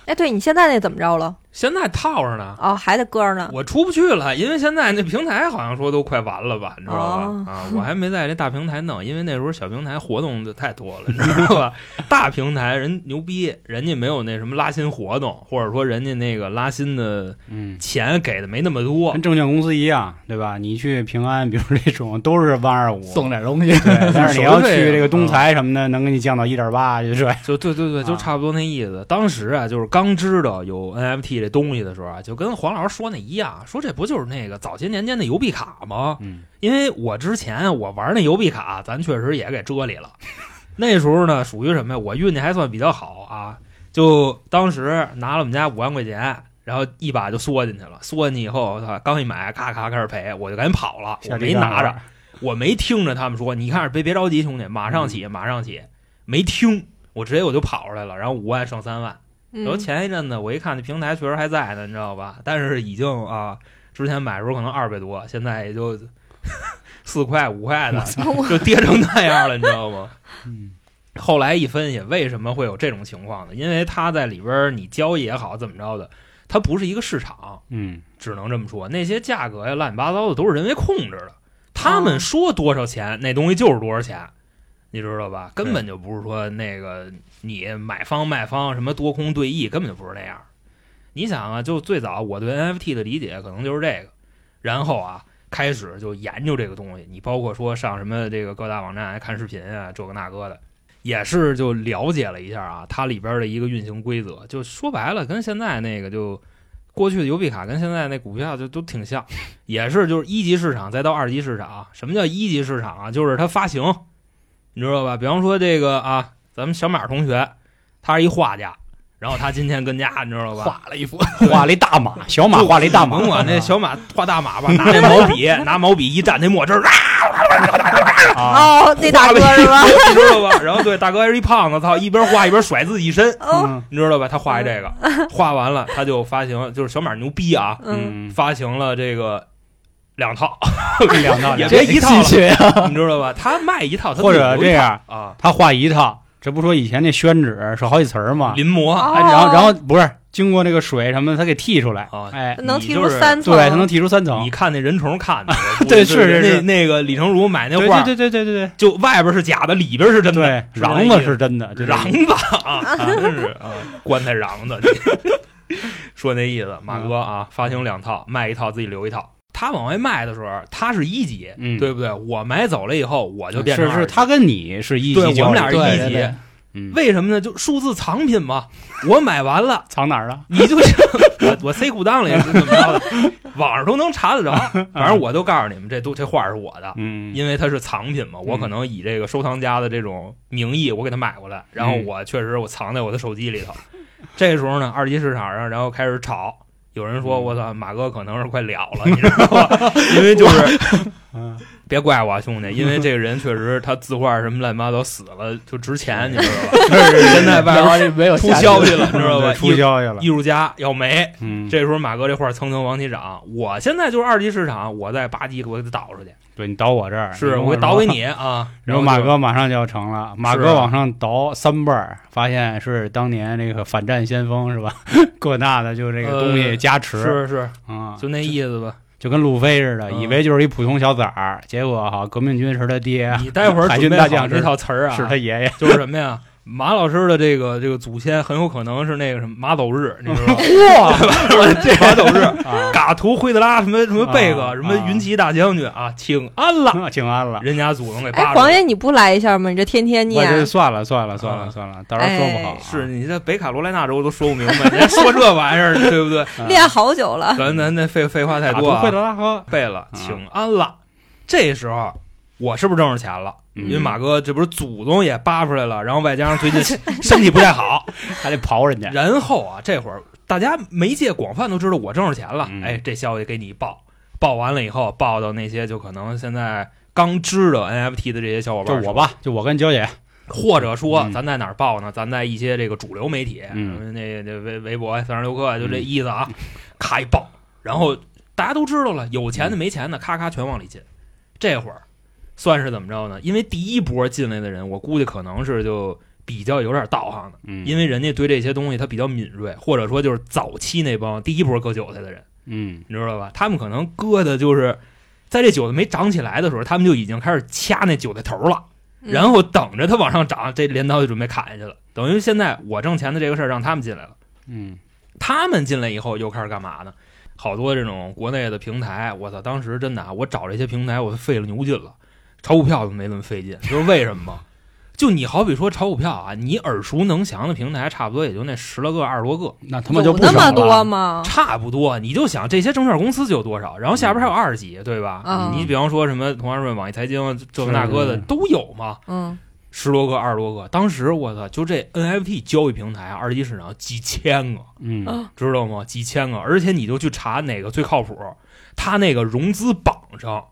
Speaker 4: 哎，对你现在那怎么着了？
Speaker 3: 现在套着呢，
Speaker 4: 哦，还得搁着呢。
Speaker 3: 我出不去了，因为现在那平台好像说都快完了吧，你知道吧？
Speaker 4: 哦
Speaker 3: 啊，我还没在这大平台弄，因为那时候小平台活动就太多了，你知道吧？ 大平台人牛逼，人家没有那什么拉新活动，或者说人家那个拉新的
Speaker 2: 嗯，
Speaker 3: 钱给的没那么多
Speaker 2: 跟。证券公司一样，对吧？你去平安，比如这种都是万二五，
Speaker 5: 送点东西，
Speaker 2: 对，但是你要
Speaker 5: 手续费
Speaker 2: 去这个东财什么的，能给你降到一点八，就这。
Speaker 3: 就对对对，就
Speaker 2: 啊
Speaker 3: 差不多那意思。当时啊，就是刚知道有 NFT 这东西的时候啊，就跟黄老师说那一样，说这不就是那个早些年间的邮币卡吗？
Speaker 2: 嗯，
Speaker 3: 因为我之前啊我玩那邮币卡，咱确实也给遮里了。 那时候呢，属于什么呀？我运气还算比较好啊，就当时拿了我们家五万块钱，然后一把就缩进去了。缩进去以后，我操，刚一买，咔咔开始赔，我就赶紧跑了，我
Speaker 2: 下地
Speaker 3: 没
Speaker 2: 干
Speaker 3: 拿着
Speaker 2: 了，
Speaker 3: 我没听着他们说，你看着别别着急，兄弟，马上起，马上起，没听，我直接我就跑出来了，然后五万剩三万。
Speaker 4: 嗯
Speaker 3: 然后前一阵子我一看那平台确实还在呢，你知道吧？但是已经啊，之前买的时候可能二百多，现在也就 四块 五块的，就跌成那样了，你知道吗？
Speaker 2: 嗯，
Speaker 3: 后来一分析，为什么会有这种情况呢？因为它在里边儿你交易也好怎么着的，它不是一个市场，
Speaker 2: 嗯，
Speaker 3: 只能这么说。那些价格呀乱七八糟的都是人为控制的，他
Speaker 4: 哦
Speaker 3: 们说多少钱，那东西就是多少钱，你知道吧？根
Speaker 2: 对
Speaker 3: 本就不是说那个你买方卖方什么多空对弈，根本就不是那样。你想啊，就最早我对 NFT 的理解可能就是这个，然后啊。开始就研究这个东西，你包括说上什么这个各大网站看视频啊，这个那个的，也是就了解了一下啊，它里边的一个运行规则，就说白了跟现在那个就过去的邮币卡跟现在那股票就都挺像，也是就是一级市场再到二级市场。什么叫一级市场啊？就是它发行，你知道吧？比方说这个啊，咱们小马同学，他是一画家，然后他今天跟家，你知道吧？
Speaker 5: 画了一幅，
Speaker 2: 画了一大马，小马画了一大马，
Speaker 3: 甭管那小马画大马吧，拿那毛笔，拿毛笔一蘸那墨汁儿，啊
Speaker 2: 啊，
Speaker 4: 哦，那大哥是 吧？？
Speaker 3: 你知道吧？然后对大哥还是一胖子，操，一边画一边甩自己一身，
Speaker 4: 哦，
Speaker 2: 嗯
Speaker 3: 你知道吧？他画一这个，画完了他就发行，就是小马牛逼啊，
Speaker 4: 嗯，
Speaker 3: 发行了这个两套，
Speaker 2: 两套
Speaker 3: 也
Speaker 2: 两套
Speaker 3: 别一套
Speaker 5: 继续啊
Speaker 3: 你知道吧？他卖一套，他
Speaker 2: 或
Speaker 3: 自
Speaker 2: 者
Speaker 3: 己留一
Speaker 2: 这样，
Speaker 3: 套啊，
Speaker 2: 他画一套，这不说以前那宣纸是好几层儿吗？
Speaker 3: 临摹
Speaker 4: 哦
Speaker 2: 哎然后然后不是经过那个水什么的，他给剔出来
Speaker 3: 啊，
Speaker 2: 哎，
Speaker 4: 能
Speaker 3: 你
Speaker 4: 提
Speaker 3: 就
Speaker 4: 出
Speaker 3: 是
Speaker 4: 三层，
Speaker 2: 对，他能剔出三层
Speaker 3: 你。看那人虫看的，我估计
Speaker 2: 对是是
Speaker 3: 那
Speaker 2: 是
Speaker 3: 那个李成儒买那
Speaker 2: 对
Speaker 3: 画，
Speaker 2: 对对对对
Speaker 3: 就外边是假的，里边是真
Speaker 2: 对
Speaker 3: 的，
Speaker 2: 对，瓤子是真的，就这
Speaker 3: 瓤
Speaker 2: 个
Speaker 3: 子 啊，真是啊，棺材瓤子。你 说那意思，马哥
Speaker 2: 嗯
Speaker 3: 啊，发行两套，卖一套自己留一套。他往外卖的时候，他是一级，
Speaker 2: 嗯
Speaker 3: 对不对？我买走了以后，我就变成
Speaker 2: 是
Speaker 3: 二
Speaker 2: 是，
Speaker 3: 级
Speaker 2: 他跟你是一级
Speaker 3: 对
Speaker 2: 交
Speaker 3: 我们
Speaker 2: 易
Speaker 3: 俩是
Speaker 5: 对
Speaker 3: 一
Speaker 5: 对
Speaker 3: 级
Speaker 5: 对。
Speaker 2: 嗯
Speaker 3: 为什么呢？就数字藏品 嘛，我买完了。
Speaker 2: 藏哪儿了？
Speaker 3: 你就 我我塞裤裆里是怎么着的，网上都能查得着。反正我都告诉你们，这都这画是我的，
Speaker 2: 嗯，
Speaker 3: 因为它是藏品嘛，我可能以这个收藏家的这种名义，我给它买过来，然后我确实我藏在我的手机里头。这时候呢，二级市场上，然后开始炒。有人说：“
Speaker 2: 嗯
Speaker 3: 我操，马哥可能是快了了，你知道吧？ 因为就是
Speaker 2: 嗯
Speaker 3: 别怪我啊，兄弟，因为这个人确实他字画什么乱七八糟死了就值钱，你知 道吧？现在外边
Speaker 5: 然后没有
Speaker 3: 出
Speaker 5: 下
Speaker 3: 消
Speaker 5: 去
Speaker 3: 息了，你知道吧？
Speaker 2: 出
Speaker 3: 艺
Speaker 2: 交易了。
Speaker 3: 艺术家要没，
Speaker 2: 嗯，
Speaker 3: 这时候马哥这块儿蹭蹭往起涨，我现在就是二级市场，我在八级给我给它倒出去，
Speaker 2: 对你倒我这儿，
Speaker 3: 是
Speaker 2: 你
Speaker 3: 我给倒给。你啊。
Speaker 2: 然
Speaker 3: 然
Speaker 2: 后
Speaker 3: 后
Speaker 2: 马
Speaker 3: 就，
Speaker 2: 哥马上就要成了，马
Speaker 3: 是啊
Speaker 2: 哥往上倒三辈儿，发现是当年那个反战先锋是吧？ 各大的就这个东
Speaker 3: 呃
Speaker 2: 西加持
Speaker 3: 是是，
Speaker 2: 啊，
Speaker 3: 就那意思吧。
Speaker 2: 就跟路飞似的，
Speaker 3: 嗯
Speaker 2: 以为就是一普通小崽儿，结果哈，革命军是他爹，
Speaker 3: 你待会儿
Speaker 2: 哎海
Speaker 3: 准
Speaker 2: 军
Speaker 3: 备
Speaker 2: 大
Speaker 3: 好
Speaker 2: 将
Speaker 3: 这
Speaker 2: 是
Speaker 3: 套词儿啊，
Speaker 2: 是他爷爷。
Speaker 3: 就是什么呀？马老师的这个这个祖先很有可能是那个什么马走日，你知道吗？
Speaker 2: 哇，
Speaker 3: 马走日，
Speaker 2: 啊
Speaker 3: 嘎图灰德拉什么什么贝
Speaker 2: 啊
Speaker 3: 克，什么云奇大将军啊，请安了，
Speaker 2: 那请安了。
Speaker 3: 人家祖宗给
Speaker 4: 哎，
Speaker 3: 扒
Speaker 4: 黄
Speaker 3: 了。
Speaker 4: 爷你不来一下吗？你这天天
Speaker 2: 我
Speaker 4: 念，
Speaker 2: 这算了算了算
Speaker 3: 啊哎
Speaker 2: 了算了，到时候说不好啊。
Speaker 3: 是你在北卡罗来纳州都说不明 白，人家说这玩意儿，对不对？
Speaker 2: 啊
Speaker 4: 练好久了，
Speaker 3: 咱咱那废废话太
Speaker 2: 打
Speaker 3: 多
Speaker 2: 不
Speaker 3: 啊
Speaker 2: 会。德拉赫，
Speaker 3: 背了，请安了。这时候我是不是挣着钱了？
Speaker 2: 嗯
Speaker 3: 因为马哥这不是祖宗也扒出来了，然后外加上最 近身体不太好，
Speaker 2: 还得刨人家。
Speaker 3: 然后啊，这会儿大家媒介广泛都知道我挣着钱了，
Speaker 2: 嗯
Speaker 3: 哎，这消息给你报，报完了以后报到那些就可能现在刚知道 NFT 的这些小伙
Speaker 2: 就
Speaker 3: 伴，
Speaker 2: 我，吧，就我跟娇姐，
Speaker 3: 或者说
Speaker 2: 嗯
Speaker 3: 咱在哪儿报呢？咱在一些这个主流媒体，
Speaker 2: 嗯
Speaker 3: 什么那那微微博、三十六氪，就这意思啊，咔一报，然后大家都知道了，有钱的没钱的，咔咔全往里进。这会儿算是怎么着呢？因为第一波进来的人，我估计可能是就比较有点道行的，
Speaker 2: 嗯，
Speaker 3: 因为人家对这些东西他比较敏锐，或者说就是早期那帮第一波割韭菜的人，
Speaker 2: 嗯
Speaker 3: 你知道吧？他们可能割的就是在这韭菜没长起来的时候，他们就已经开始掐那韭菜头了，
Speaker 4: 嗯
Speaker 3: 然后等着它往上涨，这镰刀就准备砍下去了。等于现在我挣钱的这个事儿让他们进来了。
Speaker 2: 嗯
Speaker 3: 他们进来以后又开始干嘛呢？好多这种国内的平台，我操，当时真的啊，我找这些平台我都费了牛劲了，炒股票都没那么费劲，就是为什么吗？就你好比说炒股票啊，你耳熟能详的平台差不多也就那十来个、二十多个，
Speaker 2: 那他妈
Speaker 4: 有
Speaker 2: 就不
Speaker 4: 那
Speaker 2: 少
Speaker 4: 么
Speaker 2: 了
Speaker 4: 多吗？
Speaker 3: 差不多。你就想这些证券公司就有多少，然后下边还有二十几，对吧？
Speaker 4: 嗯
Speaker 3: 你比方说什么同花顺、网易财经啊这个那个的
Speaker 2: 是
Speaker 3: 都有嘛，
Speaker 4: 嗯，
Speaker 3: 十多个、二十多个。当时我操，就这 NFT 交易平台啊，二级市场几千个。
Speaker 2: 嗯
Speaker 3: 知道吗？几千个，而且你就去查哪个最靠谱，他那个融资榜上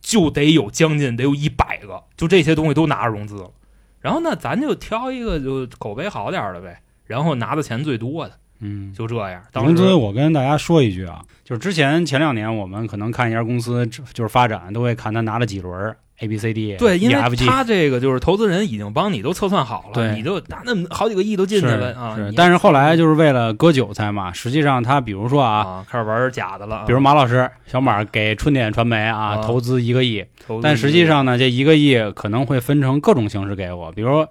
Speaker 3: 就得有将近得有一百个，就这些东西都拿着融资了。然后呢，咱就挑一个就口碑好点儿的呗，然后拿的钱最多的，
Speaker 2: 嗯。
Speaker 3: 就这样。当
Speaker 2: 融资，
Speaker 3: 时
Speaker 2: 我跟大家说一句啊，就是之前前两年我们可能看一家公司就是发展，都会看他拿了几轮 A B C D，
Speaker 3: 对，因
Speaker 2: E
Speaker 3: 为
Speaker 2: F G，
Speaker 3: 他这个就是投资人已经帮你都测算好了，
Speaker 2: 对
Speaker 3: 你就拿那么好几个亿都进去了啊。
Speaker 2: 是
Speaker 3: 你，
Speaker 2: 但是后来就是为了割韭菜嘛，实际上他比如说啊，
Speaker 3: 啊，开始玩假的了啊。
Speaker 2: 比如马老师小马给春点传媒啊
Speaker 3: 啊
Speaker 2: 投资一个亿，
Speaker 3: 投资
Speaker 2: 但实际上呢，这一个亿可能会分成各种形式给我，比如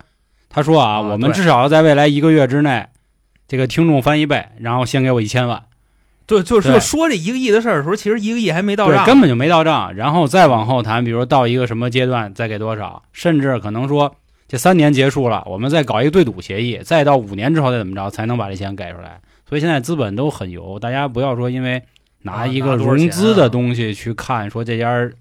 Speaker 2: 他说啊，
Speaker 3: 啊
Speaker 2: 我们
Speaker 3: 对
Speaker 2: 至少要在未来一个月之内，这个听众翻一倍，然后先给我一千万，
Speaker 3: 对，就是
Speaker 2: 对
Speaker 3: 说这一个亿的事儿的时候，其实一个亿还没到
Speaker 2: 对，
Speaker 3: 账，
Speaker 2: 根本就没到账，然后再往后谈，比如到一个什么阶段再给多少，甚至可能说这三年结束了，我们再搞一个对赌协议，再到五年之后再怎么着才能把这钱给出来。所以现在资本都很油，大家不要说因为拿
Speaker 3: 啊
Speaker 2: 一
Speaker 3: 拿
Speaker 2: 个
Speaker 3: 多少
Speaker 2: 融
Speaker 3: 钱
Speaker 2: 资的
Speaker 3: 啊
Speaker 2: 东西去看说这家儿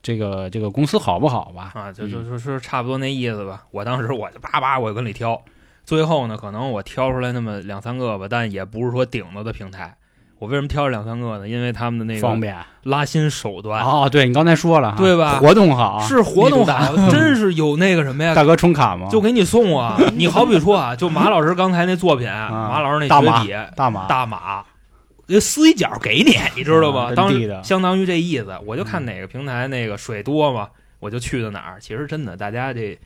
Speaker 2: 这个这个公司好不好吧？
Speaker 3: 啊，就就就说差不多那意思吧。我当时我就叭叭我跟里挑，最后呢，可能我挑出来那么两三个吧，但也不是说顶着的平台。我为什么挑这两三个呢？因为他们的那
Speaker 2: 方
Speaker 3: 个
Speaker 2: 便
Speaker 3: 拉新手段、
Speaker 2: 哦，对你刚才说了哈，
Speaker 3: 对吧
Speaker 2: 活动好，
Speaker 3: 是活动好
Speaker 5: 力度，大
Speaker 3: 真是有那个什么呀，
Speaker 2: 大哥充卡吗？
Speaker 3: 就给你 送啊。你好比说啊，就马老师刚才那作品，马老师那
Speaker 2: 啊大马
Speaker 3: 绝笔
Speaker 2: 大马
Speaker 3: 大马，给撕一角给你，你知道吧？
Speaker 2: 啊
Speaker 3: 当
Speaker 2: 本地
Speaker 3: 时
Speaker 2: 的
Speaker 3: 相当于这意思，我就
Speaker 2: 嗯
Speaker 3: 看哪个平台那个水多嘛，我就去的哪儿。其实真的，大家这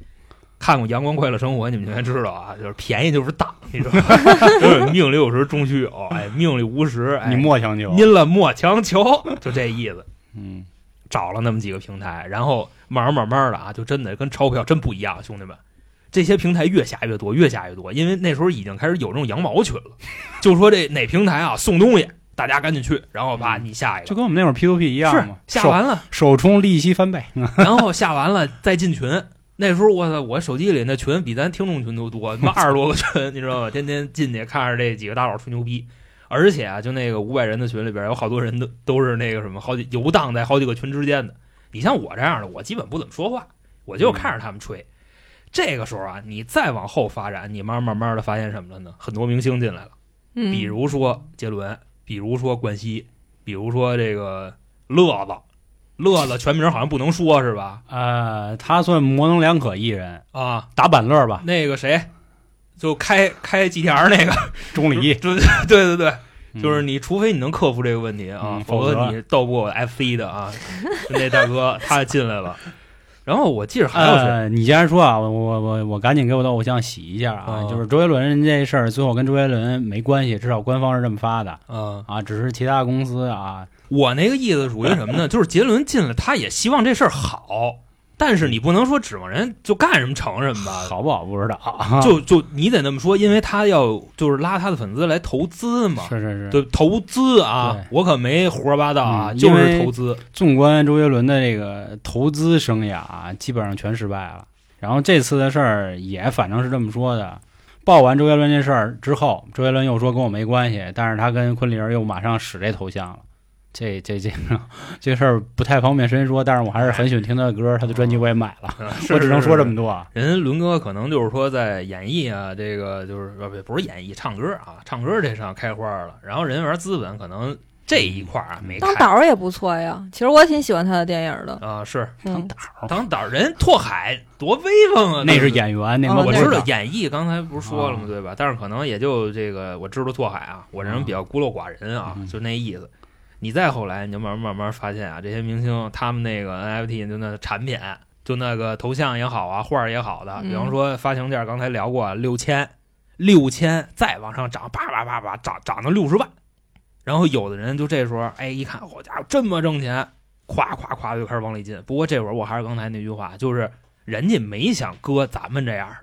Speaker 3: 看过《阳光快乐生活》，你们就该知道啊，就是便宜就是当，你知 道吧？就是命里有时终须有，哎，命里无时，哎，
Speaker 2: 你莫强求，
Speaker 3: 您了莫强求，就这意思。
Speaker 2: 嗯
Speaker 3: 找了那么几个平台，然后慢慢慢慢的啊，就真的跟钞票真不一样，兄弟们。这些平台越下越多，越下越多，因为那时候已经开始有这种羊毛群了，就说这哪平台啊送东西，大家赶紧去，然后啪
Speaker 2: 嗯
Speaker 3: 你下一
Speaker 2: 就
Speaker 3: 个，
Speaker 2: 跟我们那会儿 P to P 一
Speaker 3: 是
Speaker 2: 样嘛，
Speaker 3: 下
Speaker 2: 手
Speaker 3: 完了，
Speaker 2: 首充利息翻倍，
Speaker 3: 然后下完了再进群。那时候我操，我手机里那群比咱听众群都多，他妈二十多个群， 你知道吗？天天进去看着这几个大佬吹牛逼，而且啊，就那个五百人的群里边，有好多人都都是那个什么，好几游荡在好几个群之间的。你像我这样的，我基本不怎么说话，我就看着他们吹。这个时候啊，你再往后发展，你慢慢慢慢的发现什么了呢？很多明星进来了。
Speaker 4: 嗯
Speaker 3: 比如说杰伦，比如说冠希，比如说这个乐子，乐子全名好像不能说是吧？
Speaker 2: 呃，他算模棱两可艺人，
Speaker 3: 啊，
Speaker 2: 打板乐吧，
Speaker 3: 那个谁，就开开 GTR 那个，
Speaker 2: 钟 离，
Speaker 3: 对对对对，就是
Speaker 2: 嗯
Speaker 3: 你除非你能克服这个问题啊，
Speaker 2: 嗯
Speaker 3: 否
Speaker 2: 否则
Speaker 3: 则你斗不过我 FC 的啊。那大哥他进来了，然后我记着还有谁？
Speaker 2: 呃，你既然说啊，我我我我赶紧给我的偶像洗一下啊，
Speaker 3: 啊
Speaker 2: 就是周杰伦这事儿，最后跟周杰伦没关系，至少官方是这么发的
Speaker 3: 嗯，
Speaker 2: 啊，只是其他公司啊，
Speaker 3: 我那个意思属于什么呢？就是杰伦进来，他也希望这事儿好，但是你不能说指望人就干什么成什么吧，
Speaker 2: 好不好不知道，啊
Speaker 3: 就就你得那么说，因为他要就是拉他的粉丝来投资嘛，
Speaker 2: 是是是，
Speaker 3: 对，投资啊
Speaker 2: 对，
Speaker 3: 我可没胡说八道啊，
Speaker 2: 嗯
Speaker 3: 就
Speaker 2: 因
Speaker 3: 是
Speaker 2: 为
Speaker 3: 投资。
Speaker 2: 纵观周杰伦的这个投资生涯啊，基本上全失败了。然后这次的事儿也反正是这么说的，报完周杰伦这事儿之后，周杰伦又说跟我没关系，但是他跟昆凌儿又马上使这头像了。这这这 这事儿不太方便深说，但是我还是很喜欢听他的歌，他的专辑我也买了，
Speaker 3: 嗯
Speaker 2: 我只能说这。
Speaker 3: 是是
Speaker 2: 么
Speaker 3: 是
Speaker 2: 多。啊。
Speaker 3: 人伦哥可能就是说在演艺啊，这个就是呃不不是演艺，唱歌啊，唱歌这上开花了。然后人玩资本可能这一块儿啊没
Speaker 4: 当
Speaker 3: 开
Speaker 4: 导儿也不错呀。其实我挺喜欢他的电影的。
Speaker 3: 啊，是
Speaker 4: 嗯，
Speaker 3: 当导人拓海多威风啊，
Speaker 2: 那是
Speaker 3: 演。
Speaker 2: 演员，那
Speaker 4: 哦
Speaker 2: 帮
Speaker 3: 我
Speaker 2: 不
Speaker 3: 知
Speaker 2: 是
Speaker 3: 道
Speaker 2: 的
Speaker 3: 演绎刚才不是说了吗
Speaker 2: 啊？
Speaker 3: 对吧？但是可能也就这个，我知道拓海啊，我这人比较孤陋寡人啊
Speaker 2: 嗯，
Speaker 3: 就那意思。你再后来，你就慢慢慢慢发现啊，这些明星他们那个 NFT 就那产品就那个头像也好啊，画儿也好的，
Speaker 4: 嗯
Speaker 3: 比方说发行价，刚才聊过啊六千，六千再往上涨，叭叭叭叭涨涨到六十万，然后有的人就这时候，哎，一看好家伙这么挣钱，夸夸夸就开始往里进。不过这会儿我还是刚才那句话，就是人家没想搁咱们这样的，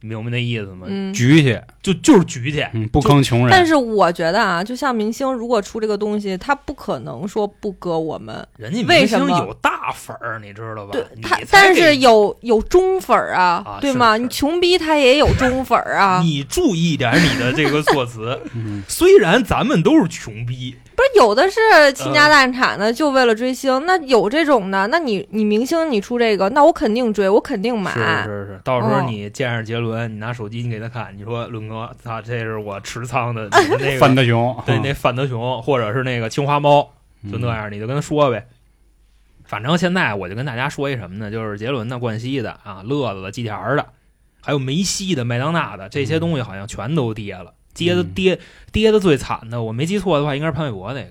Speaker 3: 你明白那意思吗？
Speaker 4: 嗯。
Speaker 2: 局去，
Speaker 3: 就就是举去，
Speaker 2: 嗯，不坑穷人。
Speaker 4: 但是我觉得啊，就像明星如果出这个东西，他不可能说不割我们，
Speaker 3: 人家
Speaker 4: 为
Speaker 3: 明
Speaker 4: 什
Speaker 3: 星
Speaker 4: 么
Speaker 3: 有大粉儿，你知道吧？
Speaker 4: 对
Speaker 3: 你
Speaker 4: 他
Speaker 3: 才，
Speaker 4: 但
Speaker 3: 给
Speaker 4: 是有有忠粉儿啊，
Speaker 3: 啊
Speaker 4: 对
Speaker 3: 是
Speaker 4: 吗？
Speaker 3: 是
Speaker 4: 你穷逼他也有忠粉儿啊，
Speaker 3: 你注意点你的这个措辞。
Speaker 2: 嗯
Speaker 3: 虽然咱们都是穷逼，
Speaker 4: 不是有的是倾
Speaker 3: 嗯
Speaker 4: 家荡产的，就为了追星，那有这种的，那你你明星你出这个，那我肯定追，我肯定买，
Speaker 3: 是是是，到时候
Speaker 4: 哦
Speaker 3: 你见着杰伦，你拿手机你给他看，你说伦哥，他这是我持仓 的你的那
Speaker 2: 范
Speaker 3: 个，
Speaker 2: 德嗯雄，
Speaker 3: 对那范德熊，或者是那个青花猫，
Speaker 2: 嗯
Speaker 3: 就那样，你就跟他说呗。反正现在我就跟大家说一什么呢？就是杰伦的、冠希的啊、乐子的、季田儿的，还有梅西的、麦当娜的
Speaker 4: 嗯
Speaker 3: 这些东西，好像全都跌了。跌的
Speaker 2: 嗯
Speaker 3: 跌跌的最惨的，我没记错的话，应该是潘玮柏那个，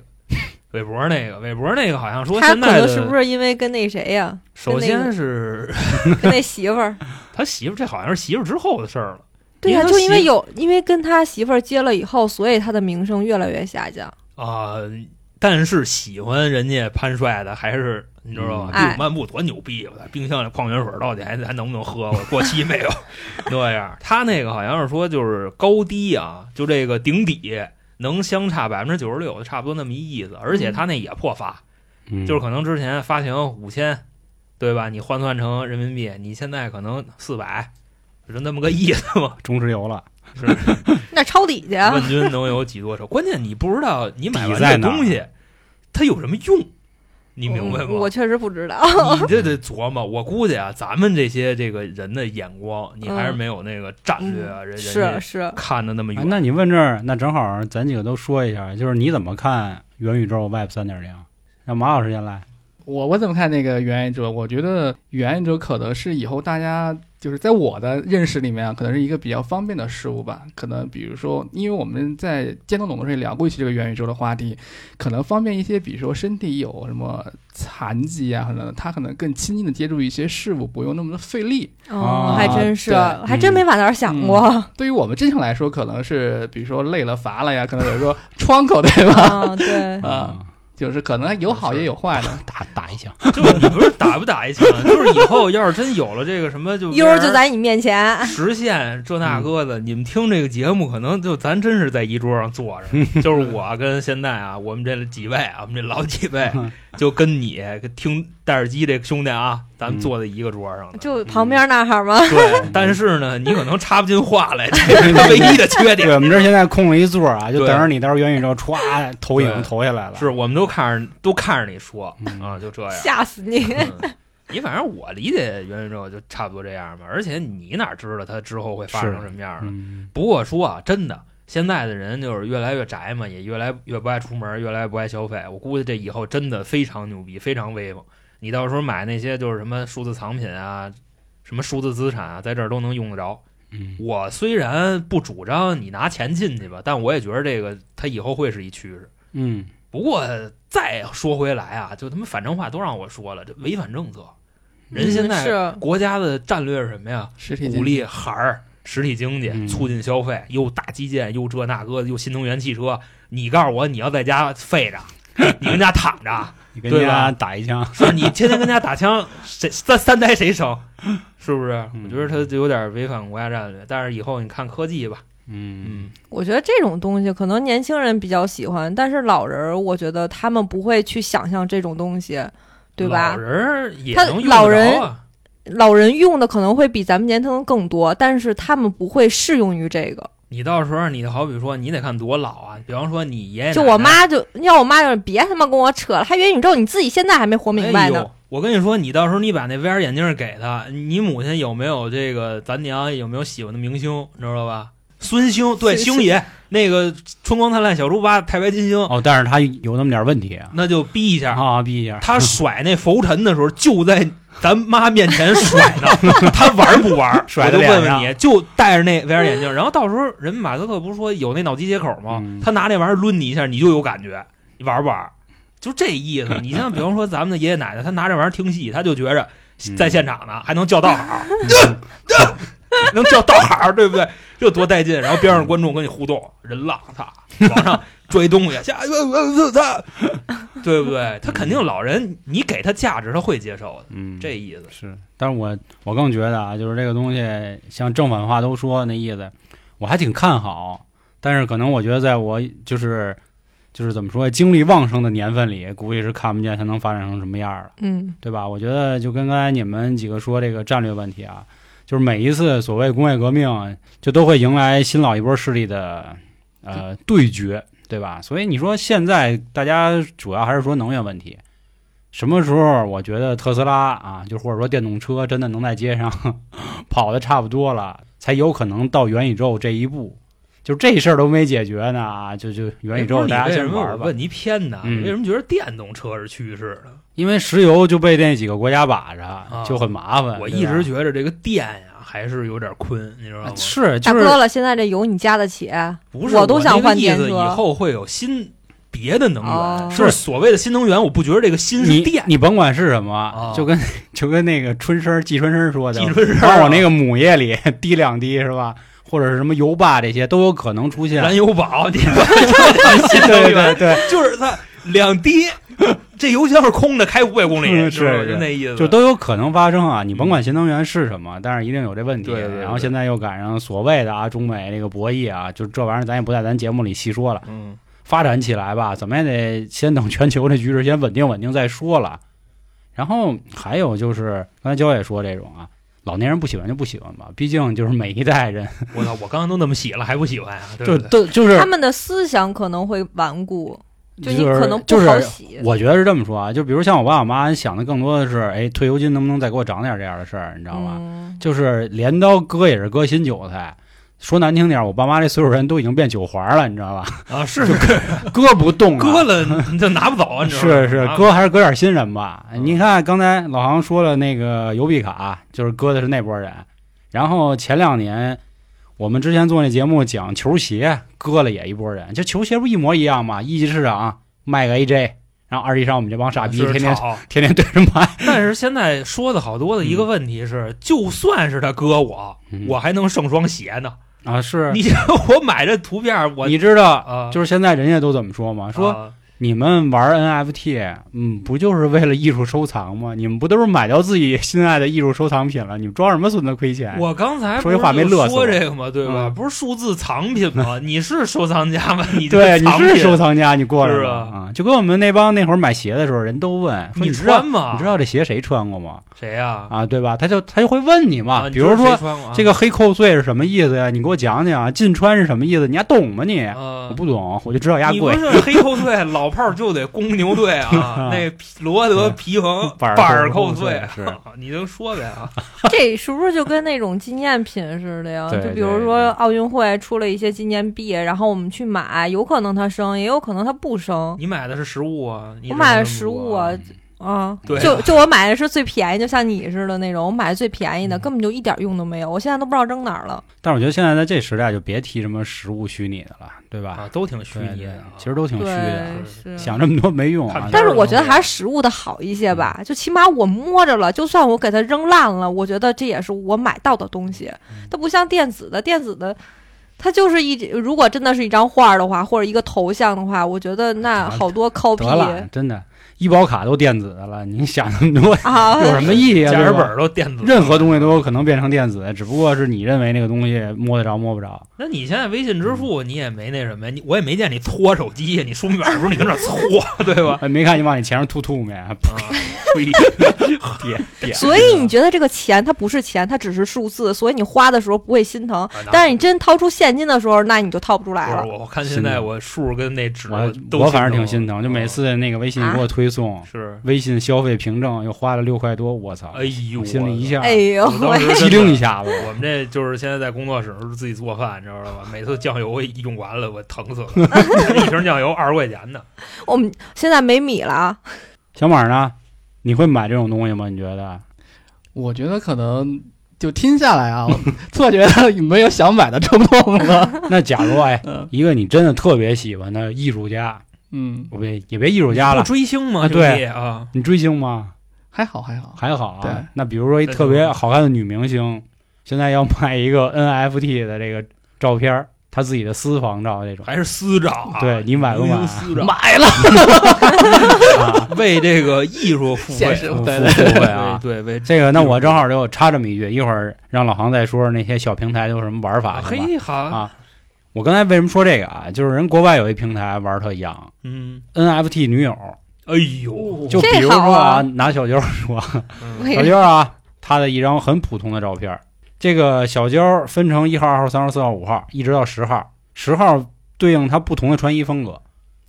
Speaker 3: 韦伯那个，韦伯那个好像说
Speaker 4: 他
Speaker 3: 现
Speaker 4: 可
Speaker 3: 在
Speaker 4: 能是不
Speaker 3: 的，
Speaker 4: 是因为跟那谁呀、
Speaker 3: 首
Speaker 4: 跟那
Speaker 3: 先
Speaker 4: 个
Speaker 3: 是
Speaker 4: 跟那媳妇儿？
Speaker 3: 他媳妇，这好像是媳妇之后的事儿了。
Speaker 4: 对呀、
Speaker 3: 他
Speaker 4: 就因为
Speaker 3: 媳
Speaker 4: 有因为跟他媳妇儿结了以后，所以他的名声越来越下降。
Speaker 3: 啊、但是喜欢人家潘帅的还是你知道吧？
Speaker 4: 嗯哎
Speaker 3: 六漫步多牛逼！啊我在冰箱里矿泉水到底还还能不能喝？我过期没有？那样，他那个好像是说就是高低啊，就这个顶底能相差百分之九十六，差不多那么一意思。而且他那也破发，
Speaker 2: 嗯
Speaker 3: 就是可能之前发行五千，对吧？你换算成人民币，你现在可能四百，就那么个意思嘛。
Speaker 2: 中石油了，
Speaker 4: 那抄底去啊，
Speaker 3: 问君能有几多愁？关键你不知道你买完
Speaker 2: 底在
Speaker 3: 这
Speaker 2: 哪儿啊
Speaker 3: 东西它有什么用，你明白吗？
Speaker 4: 嗯我确实不知道。
Speaker 3: 你这得琢磨。我估计啊，咱们这些这个人的眼光，你还是没有那个战略啊，人人
Speaker 4: 嗯 是啊
Speaker 3: 家
Speaker 4: 是，
Speaker 3: 看的那么
Speaker 2: 哎
Speaker 3: 远。
Speaker 2: 那你问这儿，那正好咱几个都说一下，就是你怎么看元宇宙 Web 三点零？让马老师先来，
Speaker 5: 我我怎么看那个元宇宙？我觉得元宇宙可能是以后大家就是在我的认识里面啊，可能是一个比较方便的事物吧。可能比如说，因为我们在监督董的时候也聊过一期这个元宇宙的话题，可能方便一些，比如说身体有什么残疾啊，可能他可能更亲近的接触一些事物，不用那么的费力。
Speaker 2: 啊
Speaker 4: 哦，还真是，
Speaker 5: 对
Speaker 4: 还
Speaker 3: 嗯
Speaker 4: 真没往那儿想过。
Speaker 5: 对于我们正常来说，可能是比如说累了乏了呀，可能有一个 窗口，对吧？
Speaker 4: 啊，对，
Speaker 2: 嗯
Speaker 5: 啊，就是可能有好也有坏的。
Speaker 2: 打打一枪，
Speaker 3: 就是你不是打不打一枪，就是以后要是真有了这个什么，就
Speaker 4: 一会儿就在你面前。
Speaker 3: 实现这
Speaker 2: 嗯
Speaker 3: 那个的，你们听这个节目，可能就咱真是在一桌上坐 着，就是我跟现在啊，我们这几位啊，我们这老几位，
Speaker 2: 嗯
Speaker 3: 就跟你跟听戴耳机这兄弟啊，咱
Speaker 2: 嗯
Speaker 3: 们坐在一个桌 上的。
Speaker 4: 就旁边那哈儿吗？
Speaker 3: 对，但是呢，你可能插不进 话来，这是他唯一的缺 点。
Speaker 2: 对我们这儿现在空了一座啊，就
Speaker 3: 对
Speaker 2: 等着你到时候元宇宙歘投影
Speaker 3: 对
Speaker 2: 投下来了。
Speaker 3: 是我们都看着都看着你说
Speaker 2: 嗯
Speaker 3: 啊，就这样。
Speaker 4: 吓死你！
Speaker 3: 嗯你反正我理解元宇宙就差不多这样吧，而且你哪知道它之后会发生
Speaker 2: 是
Speaker 3: 什么样呢？
Speaker 2: 嗯，
Speaker 3: 不过说啊，真的，现在的人就是越来越宅嘛，也越来越不爱出门，越来越不爱消费。我估计这以后真的非常牛逼，非常威风。你到时候买那些就是什么数字藏品啊，什么数字资产啊，在这儿都能用得着。
Speaker 2: 嗯
Speaker 3: 我虽然不主张你拿钱进去吧，但我也觉得这个它以后会是一趋势。
Speaker 2: 嗯，
Speaker 3: 不过再说回来啊，就他妈反正话都让我说了，这违反政策。人现
Speaker 4: 嗯
Speaker 3: 在
Speaker 4: 是
Speaker 3: 国家的战略是什么呀？
Speaker 5: 实体经济
Speaker 3: 鼓励孩儿实体经
Speaker 2: 嗯
Speaker 3: 济，促进消费，又大基建，又这那个，又新能源汽车。你告诉我，你要在家废着， 你跟家躺着，
Speaker 2: 你跟人
Speaker 3: 对
Speaker 2: 家
Speaker 3: 吧
Speaker 2: 打一枪，
Speaker 3: 是你天天跟家打枪，谁三三代谁生？是不是？
Speaker 2: 嗯
Speaker 3: 我觉得他就有点违反国家战略。但是以后你看科技吧，
Speaker 2: 嗯
Speaker 3: 嗯，
Speaker 4: 我觉得这种东西可能年轻人比较喜欢，但是老人儿，我觉得他们不会去想象这种东西，对吧
Speaker 3: 老？人儿也
Speaker 4: 他
Speaker 3: 能用
Speaker 4: 老
Speaker 3: 得
Speaker 4: 人
Speaker 3: 着啊，
Speaker 4: 老人用的可能会比咱们年轻人更多，但是他们不会适用于这个。
Speaker 3: 你到时候你好比说你得看多老啊，比方说你
Speaker 2: 哎
Speaker 3: 爷爷
Speaker 4: 就
Speaker 3: 奶奶
Speaker 4: 我妈就要我妈就是别他妈跟我扯了，还元宇宙你自己现在还没活明白
Speaker 3: 哎
Speaker 4: 呢
Speaker 3: 呦。我跟你说，你到时候你把那 VR 眼镜给他，你母亲有没有这个咱娘有没有喜欢的明星，你知道吧？孙兴，对，
Speaker 4: 孙兴
Speaker 3: 星爷那个《春光灿烂小猪八太白金星》，
Speaker 2: 哦，但是他有那么点问题啊，
Speaker 3: 那就逼一下。
Speaker 2: 啊，逼一下，
Speaker 3: 他甩那浮尘的时候，就在咱妈面前甩呢。他玩不玩？
Speaker 2: 甩
Speaker 3: 我
Speaker 2: 在
Speaker 3: 就
Speaker 2: 脸
Speaker 3: 问问
Speaker 2: 上
Speaker 3: 你，就戴着那 VR 眼镜，然后到时候人马斯克不是说有那脑机接口吗？
Speaker 2: 嗯
Speaker 3: 他拿那玩意儿抡你一下，你就有感觉，你玩不玩？就这意思。你像比方说咱们的爷爷奶奶，他拿这玩意儿听戏，他就觉着
Speaker 2: 嗯
Speaker 3: 在现场呢，还能叫道好， 能叫道好，对不对？这多带劲！然后边上观众跟你互动，人浪他往上追东西，下一个呃他，对不对？他肯定老人，你给他价值，他会接受的，
Speaker 2: 嗯，
Speaker 3: 这意思。
Speaker 2: 是，但是我我更觉得啊，就是这个东西，像正反话都说那意思，我还挺看好，但是可能我觉得在我就是就是怎么说精力旺盛的年份里，估计是看不见它能发展成什么样儿了，
Speaker 4: 嗯
Speaker 2: 对吧？我觉得就跟刚才你们几个说这个战略问题啊，就是每一次所谓工业革命，就都会迎来新老一波势力的呃对决，对吧？所以你说现在大家主要还是说能源问题。什么时候我觉得特斯拉啊，就或者说电动车真的能在街上 跑的差不多了，才有可能到元宇宙这一步？就这事儿都没解决呢啊，就就元宇宙大
Speaker 3: 哎不
Speaker 2: 家
Speaker 3: 是你为
Speaker 2: 先
Speaker 3: 什么
Speaker 2: 玩
Speaker 3: 我
Speaker 2: 吧。
Speaker 3: 问你偏呢？
Speaker 2: 嗯
Speaker 3: 你为什么觉得电动车是趋势呢？
Speaker 2: 因为石油就被那几个国家把着，就很麻烦。
Speaker 3: 啊我
Speaker 2: 嗯对
Speaker 3: 一
Speaker 2: 吧
Speaker 3: 直觉得这个电呀、还是有点困，你知道吗？
Speaker 2: 是
Speaker 4: 大
Speaker 2: 就是
Speaker 4: 哥了，现在这油你加得起？
Speaker 3: 不是，
Speaker 4: 我都想
Speaker 3: 那
Speaker 4: 换
Speaker 3: 个
Speaker 4: 电
Speaker 3: 意思，
Speaker 4: 车
Speaker 3: 以后会有新别的能源，
Speaker 4: 哦
Speaker 3: 就是所谓的新能源，我不觉得这个新是
Speaker 2: 你
Speaker 3: 电，
Speaker 2: 你甭管是什
Speaker 3: 啊
Speaker 2: 么，就跟就跟那个春生季春生说的
Speaker 3: 记，住是
Speaker 2: 往我那个母夜里滴两滴是吧？或者是什么油霸这些都有可能出现。
Speaker 3: 燃油宝，你就是新能
Speaker 2: 对
Speaker 3: 源
Speaker 2: 对，对，
Speaker 3: 就是它两滴，这油箱是空的，开五百公里，
Speaker 2: 嗯
Speaker 3: 你知道吗
Speaker 2: 是
Speaker 3: 就是那意思，
Speaker 2: 就都有可能发生啊！你甭管新能源是什么，但是一定有这问题。啊
Speaker 5: 对对对
Speaker 2: 然后现在又赶上所谓的啊中美这个博弈啊，就这玩意儿咱也不在咱节目里细说了。
Speaker 3: 嗯，
Speaker 2: 发展起来吧，怎么也得先等全球这局势先稳定稳定再说了。然后还有就是刚才焦也说这种啊，老年人不喜欢就不喜欢吧，毕竟就是每一代人
Speaker 3: 我操，我刚刚都那么洗了，还不喜欢啊？对
Speaker 2: 就
Speaker 3: 不对？
Speaker 2: 都就是
Speaker 4: 他们的思想可能会顽固，就你
Speaker 2: 是
Speaker 4: 可能不
Speaker 2: 就
Speaker 4: 好
Speaker 2: 是
Speaker 4: 洗。
Speaker 2: 我觉得是这么说啊，就比如像我爸我妈想的更多的是，哎，退休金能不能再给我涨点这样的事儿，你知道吗？
Speaker 4: 嗯
Speaker 2: 就是镰刀割也是割新韭菜。说难听点，我爸妈这岁数人都已经变韭环了，你知道吧？
Speaker 3: 啊，是是割
Speaker 2: 割不动了，
Speaker 3: 割了你就拿不走 啊，你知道吗？
Speaker 2: 是是
Speaker 3: 拿，不走
Speaker 2: 哥还是哥点新人吧。
Speaker 3: 嗯
Speaker 2: 你看刚才老航说了，那个邮币卡就是哥的是那波人，然后前两年我们之前做那节目讲球鞋，割了也一波人。就球鞋不一模一样吗？一级市场卖个 AJ，然后二级市场我们这帮傻逼
Speaker 3: 啊是
Speaker 2: 天天
Speaker 3: 吵
Speaker 2: 天天对着买。
Speaker 3: 但是现在说的好多的一个问题是，就算是他割我，
Speaker 2: 嗯
Speaker 3: 我还能剩双鞋呢。
Speaker 2: 啊是，
Speaker 3: 你我买这图片，我
Speaker 2: 你知道
Speaker 3: 啊，
Speaker 2: 就是现在人家都怎么说吗？说
Speaker 3: 啊
Speaker 2: 你们玩 NFT，嗯，不就是为了艺术收藏吗？你们不都是买到自己心爱的艺术收藏品了？你们装什么孙子亏钱？
Speaker 3: 我刚才
Speaker 2: 说这话没
Speaker 3: 不是
Speaker 2: 乐死我
Speaker 3: 说这个吗？对吧？
Speaker 2: 嗯
Speaker 3: 不是数字藏品 吗？你是收藏家吗？你
Speaker 2: 对，你
Speaker 3: 藏
Speaker 2: 是
Speaker 3: 品
Speaker 2: 收藏家，你过来
Speaker 3: 是
Speaker 2: 了
Speaker 3: 啊
Speaker 2: 啊！就跟我们那帮那会儿买鞋的时候，人都问说
Speaker 3: 你
Speaker 2: 知道
Speaker 3: 穿吗？
Speaker 2: 你知道这鞋谁穿过吗？
Speaker 3: 谁呀？
Speaker 2: 啊，对吧？他就他就会问你嘛，
Speaker 3: 啊，
Speaker 2: 比如说
Speaker 3: 说
Speaker 2: 这个黑扣税是什么意思呀？你给我讲讲啊，禁穿是什么意思？你还懂吗你？我
Speaker 3: 啊，
Speaker 2: 不懂，我就知道压
Speaker 3: 你不
Speaker 2: 贵。
Speaker 3: 是黑扣队老炮儿就得公牛队啊， 那皮罗德皮衡
Speaker 2: 板儿
Speaker 3: 板儿
Speaker 2: 扣
Speaker 3: 扣啊
Speaker 2: 队
Speaker 3: 队
Speaker 2: 是，
Speaker 3: 你就说呗 啊，
Speaker 4: 这是不是就跟那种纪念品似的呀？
Speaker 2: 对
Speaker 4: 就比
Speaker 2: 对
Speaker 4: 如
Speaker 2: 对
Speaker 4: 说奥运会出了一些纪念币，然后我们去买，有可能它升，也有可能它不升。
Speaker 3: 你买的是实物啊，你
Speaker 4: 我买的
Speaker 3: 是
Speaker 4: 实
Speaker 3: 什么
Speaker 4: 物啊，啊，
Speaker 3: 对啊
Speaker 4: 就就我买的是最便宜，就像你似的那种，我买的最便
Speaker 2: 嗯
Speaker 4: 宜的，根本就一点用都没有，我现在都不知道扔哪儿了。
Speaker 2: 但是我觉得现在在这时代就别提什么实物虚拟的了，对吧？
Speaker 3: 啊，都挺虚
Speaker 2: 对
Speaker 3: 拟
Speaker 2: 对
Speaker 3: 的啊，
Speaker 2: 其实都挺虚的，
Speaker 4: 对，
Speaker 3: 是
Speaker 4: 是。
Speaker 2: 嗯想这么多没用啊
Speaker 3: 看。
Speaker 4: 但是我觉得还是实物的好一些吧，就起码我摸着了，就算我给它扔烂了，我觉得这也是我买到的东西
Speaker 3: 嗯，
Speaker 4: 它不像电子的，电子的。它就是一，如果真的是一张画的话，或者一个头像的话，我觉得那好多 copy
Speaker 2: 得了，真的，医保卡都电子的了，你想那么多
Speaker 4: 啊，
Speaker 2: 有什么意义啊？
Speaker 3: 驾驶
Speaker 2: 对吧
Speaker 3: 本儿都电子，
Speaker 2: 任何东西都有可能变成电子，只不过是你认为那个东西摸得着摸不着。
Speaker 3: 那你现在微信支
Speaker 2: 嗯
Speaker 3: 付你也没那什么，你我也没见你搓手机呀，你输密码的时候你跟那儿 搓，对吧？
Speaker 2: 哎，没看你往你钱上吐吐没？
Speaker 3: 啊，
Speaker 2: 点点
Speaker 4: 所以你觉得这个钱它不是钱，它只是数字，所以你花的时候不会心疼，但是你真掏出现金的时候，那你就掏不出来
Speaker 3: 啊不
Speaker 4: 了
Speaker 3: 是。我，我看现在我数跟那纸
Speaker 2: 我
Speaker 3: 都哦
Speaker 2: 我反正挺
Speaker 3: 心
Speaker 2: 心疼，就每次那个微信给我推送、
Speaker 3: 是，
Speaker 2: 微信消费凭证，又花了六块多，我操！
Speaker 3: 哎呦，
Speaker 2: 啊我心里一下
Speaker 3: 下，
Speaker 4: 哎呦
Speaker 3: 我当
Speaker 4: 喂，
Speaker 3: 时
Speaker 2: 机灵一下
Speaker 3: 下。
Speaker 2: 子。
Speaker 3: 我们这就是现在在工作室自己做饭，你知道吧？每次酱油我用完了，我疼死 了，一瓶酱油二十块钱呢。
Speaker 4: 我们现在没米了啊！
Speaker 2: 小马呢？你会买这种东西吗？你觉得？
Speaker 5: 我觉得可能就听下来啊，我 突然觉得没有想买的冲动 了。
Speaker 2: 那假如 哎，
Speaker 5: 嗯
Speaker 2: 一个你真的特别喜欢的艺术家，
Speaker 5: 嗯，
Speaker 2: 我别也别艺术家
Speaker 3: 不
Speaker 2: 了，
Speaker 3: 追星吗？
Speaker 2: 啊对
Speaker 3: 兄弟啊，
Speaker 2: 你追星吗？
Speaker 5: 还好还好，
Speaker 2: 还好啊
Speaker 5: 对。
Speaker 2: 那比如说一特别好看的女明星，现在要卖一个 NFT 的这个照片儿，她自己的私房照这种，
Speaker 3: 还是私照啊？
Speaker 2: 对你买不买
Speaker 3: 明明私照，
Speaker 5: 买了，
Speaker 2: 啊
Speaker 3: 为这个艺术付费
Speaker 5: 现实
Speaker 2: 付 付
Speaker 5: 对
Speaker 2: 付费啊。
Speaker 3: 对为
Speaker 2: 这个，那我正好就插这么一句，一会儿让老航再说说那些小平台都有什么玩法。行吧
Speaker 3: 啊嘿好，
Speaker 2: 啊，我刚才为什么说这个啊？就是人国外有一平台玩儿特洋
Speaker 3: 嗯，
Speaker 2: NFT 女友，
Speaker 3: 哎呦，
Speaker 2: 就比如
Speaker 4: 这
Speaker 2: 说
Speaker 4: 好啊
Speaker 2: 拿小娇说，
Speaker 3: 嗯
Speaker 4: 为
Speaker 2: 小娇啊，她的一张很普通的照片儿。这个小娇分成一号、二号、三号、四号、五号，一直到十号。十号对应她不同的穿衣风格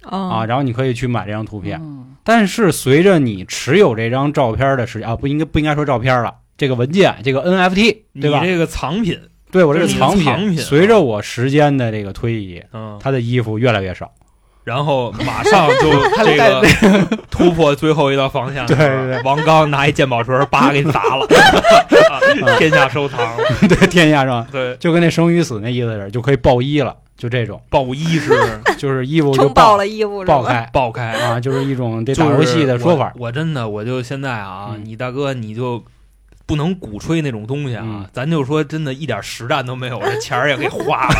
Speaker 2: 啊，
Speaker 4: 啊，
Speaker 2: 然后你可以去买这张图片。
Speaker 5: 嗯
Speaker 2: 但是随着你持有这张照片的时间啊，不应该不应该说照片了，这个文件，这个 NFT
Speaker 3: 你
Speaker 2: 对吧？
Speaker 3: 这个藏品，
Speaker 2: 对我这个
Speaker 3: 这是
Speaker 2: 藏
Speaker 3: 藏品啊
Speaker 2: 随着我时间的这个推移，
Speaker 3: 嗯，
Speaker 2: 她的衣服越来越少。
Speaker 3: 然后马上就这
Speaker 5: 带
Speaker 3: 个 突破最后一道防线了，
Speaker 2: 对对对
Speaker 3: 是吧王刚拿一鉴宝锤，叭给你砸了，
Speaker 2: 嗯
Speaker 3: 啊天下收藏，
Speaker 2: 对，天下上
Speaker 3: 对，
Speaker 2: 就跟那生与死那意思似的，就可以爆衣了，就这种，
Speaker 3: 爆衣是
Speaker 2: 就是衣服就
Speaker 4: 撑爆了衣服是
Speaker 2: 爆
Speaker 4: 吧？
Speaker 2: 开
Speaker 3: 爆开
Speaker 2: 啊，就是一种这
Speaker 3: 就
Speaker 2: 打
Speaker 3: 是
Speaker 2: 游戏的说法。
Speaker 3: 我。我真的，我就现在啊，
Speaker 2: 嗯
Speaker 3: 你大哥你就不能鼓吹那种东西啊，
Speaker 2: 嗯
Speaker 3: 咱就说真的，一点实战都没有，这钱儿也给花 了。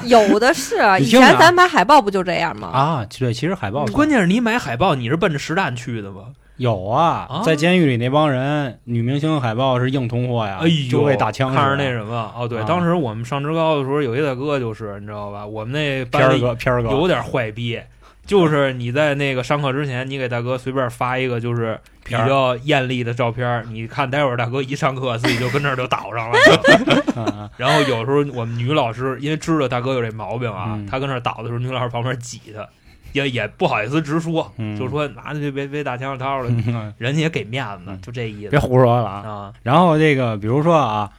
Speaker 4: 有的是啊，
Speaker 2: 你
Speaker 4: 以
Speaker 2: 听着啊
Speaker 4: 前咱买海报不就这样吗？
Speaker 2: 啊，对，其实海报
Speaker 3: 关键是你买海报，你是奔着实战去的吗？
Speaker 2: 有啊
Speaker 3: 啊，
Speaker 2: 在监狱里那帮人，女明星海报是硬通货呀
Speaker 3: 哎，呦，
Speaker 2: 啊就为打枪使
Speaker 3: 看着
Speaker 2: 的
Speaker 3: 那什么，哦对，
Speaker 2: 啊
Speaker 3: 当时我们上职高的时候，有一大哥就是，你知道吧？我们那
Speaker 2: 片
Speaker 3: 班
Speaker 2: 儿
Speaker 3: 里
Speaker 2: 哥，片儿哥
Speaker 3: 有点坏逼，就是你在那个上课之前，你给大哥随便发一个就是比
Speaker 2: 片儿
Speaker 3: 较艳丽的照片儿，你看待会儿大哥一上课自己就跟这儿就倒 上了。
Speaker 2: 啊
Speaker 3: 然后有时候我们女老师因为知道大哥有这毛病啊，
Speaker 2: 嗯
Speaker 3: 她跟那儿倒的时候，女老师旁边挤他，也也不好意思直说，
Speaker 2: 嗯
Speaker 3: 就说拿着就别别大枪掏了，
Speaker 2: 嗯
Speaker 3: 人家也给面子
Speaker 2: 嗯，
Speaker 3: 就这意
Speaker 2: 别
Speaker 3: 思
Speaker 2: 胡说了啊。
Speaker 3: 啊
Speaker 2: 然后这个，比如说啊，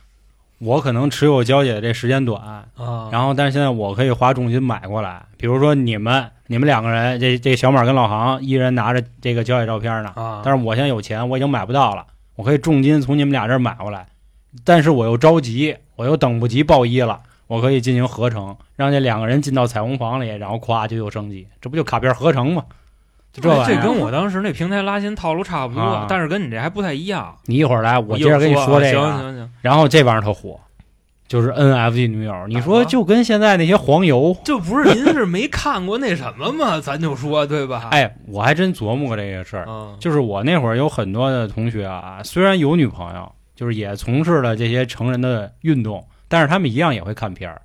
Speaker 2: 我可能持有娇姐这时间短，
Speaker 3: 啊，
Speaker 2: 然后但是现在我可以花重金买过来。比如说你们，你们两个人，这这小马跟老航一人拿着这个交易照片呢，
Speaker 3: 啊，
Speaker 2: 但是我现在有钱，我已经买不到了，我可以重金从你们俩这儿买过来，但是我又着急，我又等不及报一了，我可以进行合成，让这两个人进到彩虹房里，然后咵就有升级，这不就卡片合成吗？就这
Speaker 3: 哎
Speaker 2: 玩意
Speaker 3: 这
Speaker 2: 儿，
Speaker 3: 跟我当时那平台拉新套路差不
Speaker 2: 啊
Speaker 3: 多，但是跟你这还不太一样。
Speaker 2: 你一会儿来，我
Speaker 3: 一
Speaker 2: 接
Speaker 3: 会
Speaker 2: 着
Speaker 3: 儿
Speaker 2: 跟你
Speaker 3: 说啊
Speaker 2: 这个
Speaker 3: 行
Speaker 2: 啊，
Speaker 3: 行行，
Speaker 2: 然后这玩意儿特火，就是 NFT 女友，你说
Speaker 3: 啊
Speaker 2: 就跟现在那些黄油，
Speaker 3: 这不是您是没看过那什么吗？ 咱就说对吧？
Speaker 2: 哎，我还真琢磨过这个事儿，
Speaker 3: 嗯，
Speaker 2: 就是我那会儿有很多的同学啊，虽然有女朋友，就是也从事了这些成人的运动，但是他们一样也会看片儿。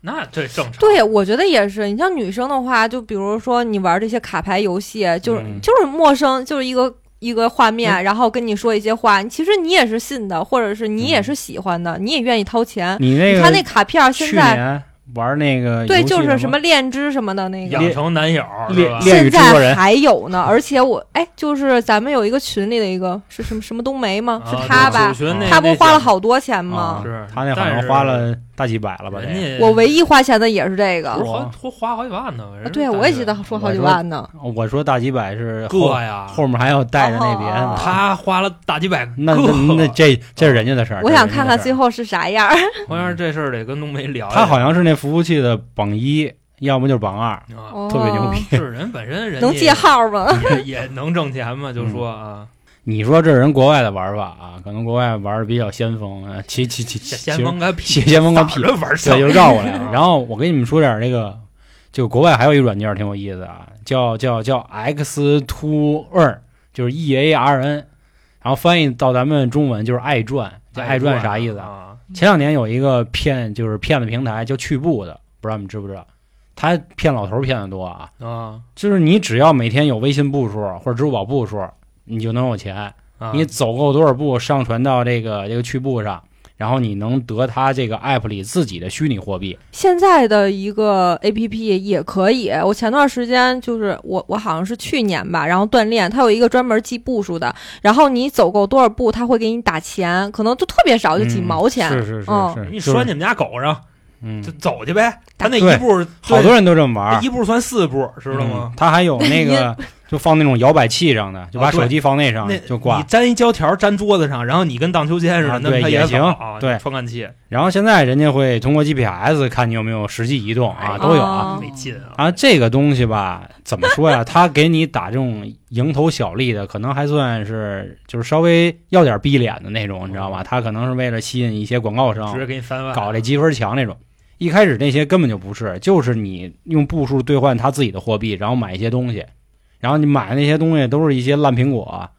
Speaker 3: 那这正常。
Speaker 4: 对，我觉得也是。你像女生的话，就比如说你玩这些卡牌游戏，就是、
Speaker 2: 嗯
Speaker 4: 就是陌生，就是一个一个画面，然后跟你说一些话，其实你也是信的，或者是你也是喜欢的，你也愿意掏钱。
Speaker 2: 你嗯那
Speaker 4: 你
Speaker 2: 个
Speaker 4: 看啊那卡片儿现
Speaker 2: 去
Speaker 4: 在，
Speaker 2: 年玩那个
Speaker 4: 对，
Speaker 2: 游戏
Speaker 4: 就是什
Speaker 2: 什
Speaker 4: 么恋之什么的那个。
Speaker 3: 养成男友是吧
Speaker 2: 练？恋与
Speaker 4: 现
Speaker 2: 制作人
Speaker 4: 在还有呢，而且我哎，就是咱们有一个群里的一个是什么什么冬梅吗？是
Speaker 3: 啊
Speaker 4: 他
Speaker 3: 对
Speaker 4: 吧
Speaker 3: 主？群那
Speaker 4: 他不是花了。
Speaker 3: 那
Speaker 4: 好多钱
Speaker 2: 啊
Speaker 4: 吗？
Speaker 3: 是
Speaker 2: 他那好
Speaker 3: 但
Speaker 2: 像
Speaker 3: 是
Speaker 2: 花了大几百了吧？
Speaker 3: 人
Speaker 2: 得
Speaker 3: 家
Speaker 4: 我唯一花钱的也是这个
Speaker 3: 不。是好花花好几万呢，
Speaker 2: 哎
Speaker 3: 人家
Speaker 4: 对，
Speaker 3: 大
Speaker 4: 我也
Speaker 3: 学
Speaker 4: 记得说好几
Speaker 2: 我说
Speaker 4: 万呢。
Speaker 2: 我说大几百是后
Speaker 3: 个呀，
Speaker 2: 后面还要带着那别的呢。
Speaker 4: 哦
Speaker 3: 他花了大几百个。哦
Speaker 2: 那那那这这是人家的事儿。
Speaker 4: 我想看看
Speaker 2: 这是人家的事
Speaker 4: 最
Speaker 2: 儿
Speaker 4: 后是啥样儿。
Speaker 3: 我想这事儿得跟东北聊一聊。
Speaker 2: 他好像是那服务器的榜一，要么就是榜二，
Speaker 3: 啊，
Speaker 4: 哦
Speaker 2: 特别牛逼。
Speaker 3: 是人本身人
Speaker 4: 能
Speaker 3: 家
Speaker 4: 借号吗？
Speaker 3: 也也能挣钱嘛，
Speaker 2: 嗯
Speaker 3: 就说啊，
Speaker 2: 你说这人国外的玩法啊，可能国外玩的比较先锋，啊，其其其其
Speaker 3: 先先蒙个啊屁，
Speaker 2: 先先蒙个啊屁
Speaker 3: 早就 玩
Speaker 2: 对，
Speaker 3: 上
Speaker 2: 就
Speaker 3: 了
Speaker 2: 绕过来了。然后我给你们说点儿这个，就国外还有一软件儿挺有意思的啊，叫叫叫 X Two Earn，就是 E A R N，然后翻译到咱们中文就是爱赚。这爱赚啥意思啊？
Speaker 3: 啊？
Speaker 2: 前两年有一个骗就是骗子平台叫趣步的，不知道你们知不知道？他骗老头儿骗的多啊，
Speaker 3: 啊
Speaker 2: 就是你只要每天有微信步数或者支付宝步数，你就能有钱。
Speaker 3: 啊！
Speaker 2: 你走够多少步，上传到这个这个趣步上，然后你能得他这个 app 里自己的虚拟货币。
Speaker 4: 现在的一个 A P P 也可以。我前段时间就是我我好像是去年吧，然后锻炼，它有一个专门记步数的，然后你走够多少步，它会给你打钱，可能就特别少，就几毛钱。
Speaker 2: 嗯是是是
Speaker 4: 嗯
Speaker 2: 是，就
Speaker 3: 你
Speaker 2: 是
Speaker 3: 拴你们家狗上
Speaker 2: 嗯哎
Speaker 3: 就，走去呗，他那
Speaker 2: 对
Speaker 3: 一步
Speaker 2: 好多人都这么玩
Speaker 3: 他
Speaker 2: 儿，嗯
Speaker 3: 一步算四步，知道吗
Speaker 2: 嗯？他还有那个就放那种摇摆器上的，就把
Speaker 3: 啊对
Speaker 2: 手机放那上
Speaker 3: 那
Speaker 2: 就挂
Speaker 3: 你。粘一胶条粘桌子上，然后你跟荡秋千似
Speaker 2: 啊
Speaker 3: 的，那
Speaker 2: 对
Speaker 3: 它
Speaker 2: 也
Speaker 3: 也
Speaker 2: 行
Speaker 3: 走啊，
Speaker 2: 对
Speaker 3: 传感器
Speaker 2: 然后现在人家会通过 GPS 看你有没有实际移动啊，
Speaker 3: 哎
Speaker 2: 都有啊。
Speaker 4: 哦
Speaker 3: 没劲啊。
Speaker 2: 啊，这个东西吧，怎么说呀？他给你打这种蝇头小利的，可能还算是就是稍微要点逼脸的那种，你知道
Speaker 3: 哦
Speaker 2: 吗？他可能是为了吸引一些广告
Speaker 3: 直接
Speaker 2: 商，
Speaker 3: 给你啊三万，
Speaker 2: 搞这积分墙那种。一开始那些根本就不是，就是你用步数兑换他自己的货币，然后买一些东西，然后你买的那些东西都是一些烂苹果、啊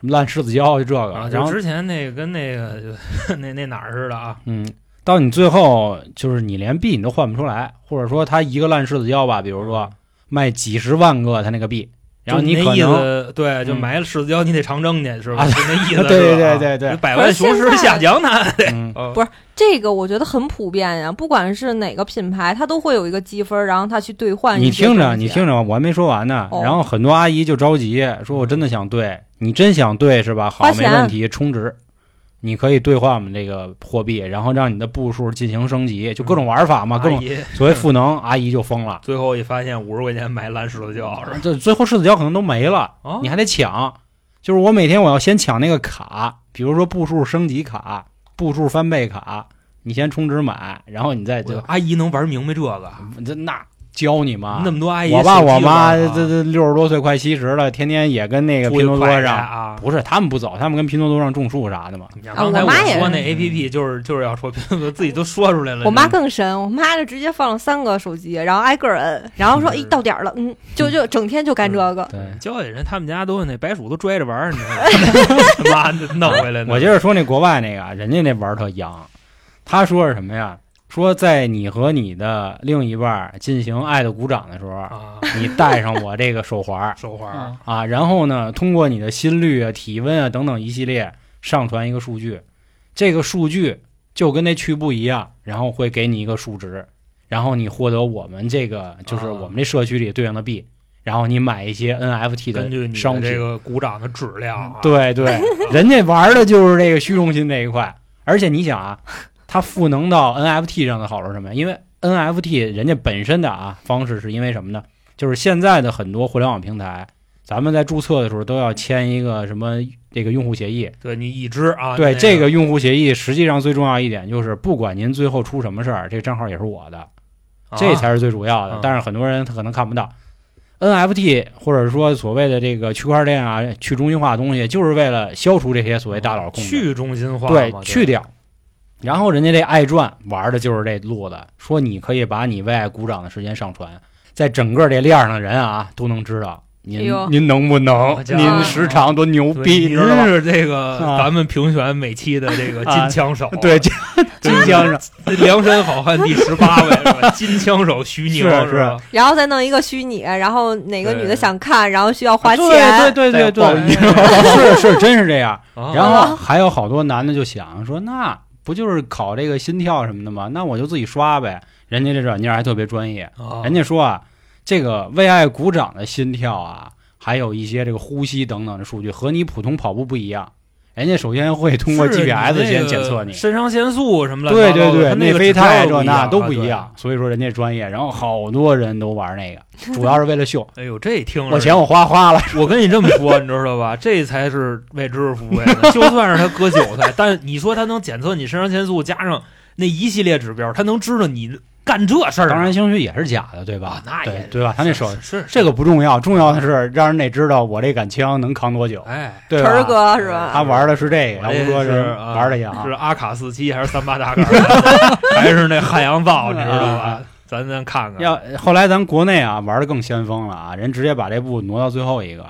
Speaker 2: 什么烂柿子椒，就这个
Speaker 3: 啊，，
Speaker 2: 然
Speaker 3: 就
Speaker 2: 后
Speaker 3: 之前那个跟那个 就那那哪儿似的啊，
Speaker 2: 嗯，到你最后就是你连币你都换不出来，或者说他一个烂柿子椒吧，比如
Speaker 3: 啊
Speaker 2: 说卖几十万个他那个币，然后
Speaker 3: 就
Speaker 2: 你
Speaker 3: 那
Speaker 2: 可
Speaker 3: 意
Speaker 2: 能
Speaker 3: 思，对，就
Speaker 2: 嗯
Speaker 3: 埋了柿子椒，你得长征去，是吧？
Speaker 2: 啊
Speaker 3: 就那 意思是吧，
Speaker 2: 对对对对对
Speaker 3: 就百万雄师下哦 江南，
Speaker 2: 嗯
Speaker 3: 不
Speaker 4: 不是这个我觉得很普遍呀，不管是哪个品牌，它都会有一个积分，然后它去兑换。
Speaker 2: 你听着，你听，着，我还没说完呢。
Speaker 4: 啊哦
Speaker 2: 然后很多阿姨就着急，说我真的想兑，你真想兑是吧？好
Speaker 4: 花，
Speaker 2: 没
Speaker 4: 钱
Speaker 2: 问题，充值，你可以兑换我们这个货币，然后让你的步数进行升级，就各种玩法嘛，各
Speaker 3: 哦阿
Speaker 2: 种
Speaker 3: 姨
Speaker 2: 所谓赋能，阿姨就疯了。
Speaker 3: 最后一发现五十块钱买烂柿子椒是吧？
Speaker 2: 这最后柿子椒可能都没了，
Speaker 3: 哦
Speaker 2: 你还得抢。就是我每天我要先抢那个卡，比如说步数升级卡、步数翻倍卡，你先充值买，然后你再
Speaker 3: 我
Speaker 2: 就
Speaker 3: 阿姨能玩明白这个，啊
Speaker 2: 这那教你嘛。
Speaker 3: 那么多阿姨，
Speaker 2: 啊我爸
Speaker 3: 手机
Speaker 2: 我妈
Speaker 3: 玩
Speaker 2: 这
Speaker 3: 啊
Speaker 2: 这六十多岁快七十了，天天也跟那个
Speaker 3: 出
Speaker 2: 拼
Speaker 3: 去
Speaker 2: 多多
Speaker 3: 快点
Speaker 2: 上，
Speaker 3: 啊。
Speaker 2: 不是他们不走，他们跟拼多多上种树啥的嘛。
Speaker 3: 你看刚才
Speaker 4: 啊我妈也
Speaker 3: 说
Speaker 4: 是
Speaker 3: 那 A
Speaker 2: 嗯
Speaker 3: P P 就是就是要说拼多多，自己都说出来了。嗯
Speaker 4: 我妈
Speaker 3: 你知道吗
Speaker 4: 更神，我妈就直接放了三个手机，然后挨个儿摁，然后说：“
Speaker 3: 嗯
Speaker 4: 哎，到点儿了，嗯，就就整天就干这个。
Speaker 2: 对，
Speaker 3: 交给人，他们家都是那白薯都拽着玩儿，你知道吗 妈弄回来呢。
Speaker 2: 我接着说那国外那个，人家那玩儿特洋，他说是什么呀？说在你和你的另一半儿进行爱的鼓掌的时候，
Speaker 3: 啊，
Speaker 2: 你戴上我这个手环儿
Speaker 3: 手环儿
Speaker 4: 嗯
Speaker 5: 啊，
Speaker 2: 啊，然后呢，通过你的心率啊、体温啊等等一系列上传一个数据，这个数据就跟那曲布一样，然后会给你一个数值，然后你获得我们这个就是
Speaker 3: 啊
Speaker 2: 我们这社区里对应的币，然后你买一些 NFT
Speaker 3: 根据
Speaker 2: 的
Speaker 3: 你
Speaker 2: 商
Speaker 3: 的
Speaker 2: 品
Speaker 3: 这。个鼓掌的质量啊，
Speaker 2: 对对，人家玩的就是这个虚荣心这一块。而且你想啊，它赋能到 NFT 上的好处是什么呀？因为 NFT 人家本身的啊方式是因为什么呢？就是现在的很多互联网平台，咱们在注册的时候都要签一个什么这个用户协议。
Speaker 3: 对你已知啊，
Speaker 2: 对
Speaker 3: 那
Speaker 2: 这个用户协议，实际上最重要一点就是，不管您最后出什么事儿，这个账号也是我的，这才是最主要的
Speaker 3: 啊。
Speaker 2: 但是很多人他可能看不到。NFT 或者说所谓的这个区块链啊、去中心化的东西，就是为了消除这些所谓大佬控制。
Speaker 3: 去中心化嘛，
Speaker 2: 对
Speaker 3: 对，，
Speaker 2: 去掉。然后人家这爱转玩的就是这路子，说你可以把你为爱鼓掌的时间上传，在整个这链上的人啊都能知道
Speaker 4: 哎
Speaker 2: 您、
Speaker 4: 呦
Speaker 2: 您能不能
Speaker 3: 我，家
Speaker 2: 您时长多牛
Speaker 3: 对
Speaker 2: 逼，
Speaker 3: 你
Speaker 2: 知
Speaker 3: 知
Speaker 2: 道
Speaker 3: 道
Speaker 2: 吧？
Speaker 3: 是这个
Speaker 2: 啊
Speaker 3: 咱们评选每期的这个金 枪手，
Speaker 2: 对，这金枪手，
Speaker 3: 梁山好汉第十八位是 吧？金枪手徐宁
Speaker 2: 是
Speaker 3: 是吧？
Speaker 4: 然后再弄一个虚拟，然后哪个女的想看，然后需要花钱。
Speaker 2: 啊对对对对
Speaker 5: 不好意
Speaker 2: 对，是 是，真是这样。
Speaker 3: 啊
Speaker 2: 然后还有好多男的就想说，那不就是考这个心跳什么的吗？那我就自己刷呗。人家这软件还特别专业，
Speaker 3: 啊
Speaker 2: 人家说啊，这个为爱鼓掌的心跳啊，还有一些这个呼吸等等的数据，和你普通跑步不一样。人家首先会通过
Speaker 3: 是
Speaker 2: GPS
Speaker 3: 那
Speaker 2: 先
Speaker 3: 个
Speaker 2: 检测你，
Speaker 3: 肾上腺素什么乱
Speaker 2: 对
Speaker 3: 七八
Speaker 2: 对
Speaker 3: 糟的
Speaker 2: 对，
Speaker 3: 它那
Speaker 2: 内
Speaker 3: 个
Speaker 2: 啡
Speaker 3: 指标
Speaker 2: 肽这那都
Speaker 3: 不
Speaker 2: 不一
Speaker 3: 样。。
Speaker 2: 样，所以说人家专业。然后好多人都玩那个，主要是为了秀
Speaker 3: 对哎呦，这听着
Speaker 2: 我钱我花 花了，
Speaker 3: 我跟你这么说，你知道吧？这才是为知识付费呢。就算是他割韭菜，但你说他能检测你肾上腺素，加上那一系列指标，他能知道你干这事儿。
Speaker 2: 当然兴许也是假的，对吧
Speaker 3: 啊？那也
Speaker 2: 对对吧？他那手
Speaker 3: 是是
Speaker 2: 这个不重要，重要的是让人得知道我这杆枪能扛多久，
Speaker 3: 哎，
Speaker 2: 对啊
Speaker 4: 晨儿
Speaker 2: 吧？
Speaker 4: 哥是吧？
Speaker 2: 他玩的是这个，要
Speaker 3: 我这
Speaker 2: 不说
Speaker 3: 是啊
Speaker 2: 玩的也啊
Speaker 3: 是阿卡四七还是三八大杆儿， 还是那汉阳造，你知道吧
Speaker 2: 啊？
Speaker 3: 咱咱看看，
Speaker 2: 要后来咱国内啊玩的更先锋了啊，人直接把这步挪到最后一个，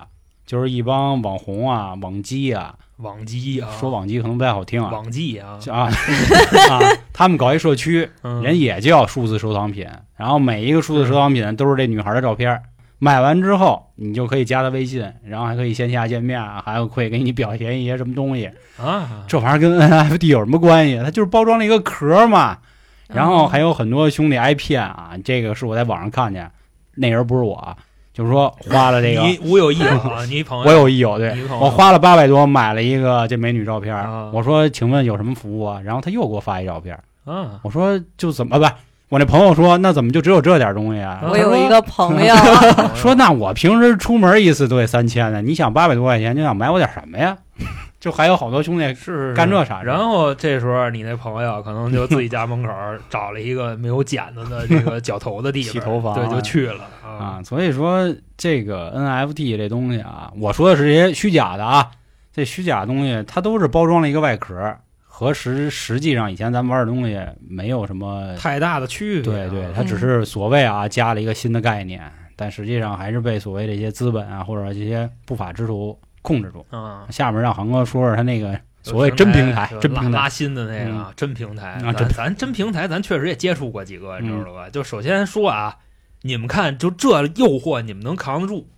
Speaker 2: 就是一帮网红啊、网鸡啊，
Speaker 3: 网机啊，
Speaker 2: 说网鸡可能不太好听啊，
Speaker 3: 网机啊，
Speaker 2: 啊 啊，他们搞一社区，
Speaker 3: 嗯
Speaker 2: 人也叫数字收藏品，然后每一个数字收藏品都是这女孩的照片儿。买完之后，你就可以加她微信，然后还可以线下见面，啊还有会给你表现一些什么东西。
Speaker 3: 啊，
Speaker 2: 这玩意儿跟 NFT 有什么关系？它就是包装了一个壳儿嘛。
Speaker 4: 嗯
Speaker 2: 然后还有很多兄弟挨骗啊，这个是我在网上看见，那人不是我啊，就是说花了这个，
Speaker 3: 你我 有意啊，你朋
Speaker 2: 我
Speaker 3: 友
Speaker 2: 有一友，对
Speaker 3: 你朋友
Speaker 2: 我花了八百多买了一个这美女照片儿
Speaker 3: 啊，
Speaker 2: 我说请问有什么服务啊？然后他又给我发一照片儿，
Speaker 3: 啊，
Speaker 2: 我说就怎么啊不。我那朋友说，那怎么就只有这点东西啊？
Speaker 4: 我有一个朋友，
Speaker 2: 说那我平时出门一次都得三千呢，你想八百多块钱就想买我点什么呀？ 就还有好多兄弟
Speaker 3: 是
Speaker 2: 干这傻事儿
Speaker 3: 然后这时候你那朋友可能就自己家门口儿找了一个没有剪子的这个绞头的地方，
Speaker 2: 洗头房
Speaker 3: 对，
Speaker 2: 啊
Speaker 3: 就去了啊。
Speaker 2: 啊，所以说这个 NFT 这东西啊，我说的是这些虚假的啊，这虚假的东西它都是包装了一个外壳，和实实际上以前咱们玩的东西没有什么
Speaker 3: 太大的区别，
Speaker 2: 对
Speaker 3: 啊
Speaker 2: 对，它
Speaker 4: 嗯
Speaker 2: 只是所谓啊加了一个新的概念，但实际上还是被所谓这些资本啊或者这些不法之徒控制住。
Speaker 3: 啊，
Speaker 2: 下面让航哥说说他那个所谓真平台
Speaker 3: 就，
Speaker 2: 真
Speaker 3: 拉
Speaker 2: 平
Speaker 3: 拉
Speaker 2: 台，
Speaker 3: 新的那个啊真平台，
Speaker 2: 啊
Speaker 3: 咱
Speaker 2: 真嗯
Speaker 3: 咱真平台，咱确实也接触过几个，你知道吧？就首先说啊，你们看，就这诱惑，你们能扛得住？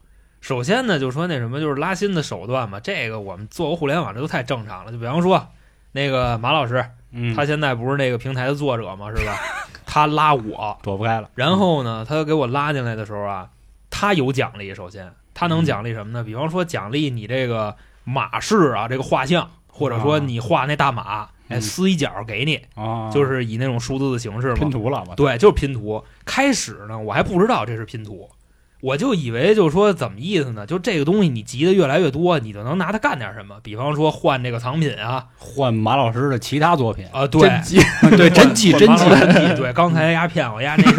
Speaker 3: 首先呢，就说那什么，就是拉新的手段嘛，这个我们做过互联网，这都太正常了。就比方说，那个马老师，
Speaker 2: 嗯，
Speaker 3: 他现在不是那个平台的作者嘛， 是吧？他拉我，
Speaker 2: 躲不开了。
Speaker 3: 然后呢，他给我拉进来的时候啊，他有奖励。首先，他
Speaker 2: 嗯
Speaker 3: 能奖励什么呢？比方说奖励你这个马式啊，这个画像，或者说
Speaker 2: 啊
Speaker 3: 你画那大马，哎，
Speaker 2: 嗯
Speaker 3: 撕一角给你，
Speaker 2: 啊，
Speaker 3: 就是以那种数字的形式嘛
Speaker 2: 拼。图了吧？
Speaker 3: 对，就是拼图。开始呢，我还不知道这是拼图，我就以为就是说怎么意思呢？就这个东西你集的越来越多，你就能拿它干点什么。比方说换这个藏品啊，
Speaker 2: 换马老师的其他作品，
Speaker 3: 啊，对，
Speaker 5: 机
Speaker 2: 对，真 记真记。
Speaker 3: 记。对，刚才丫骗我，丫那是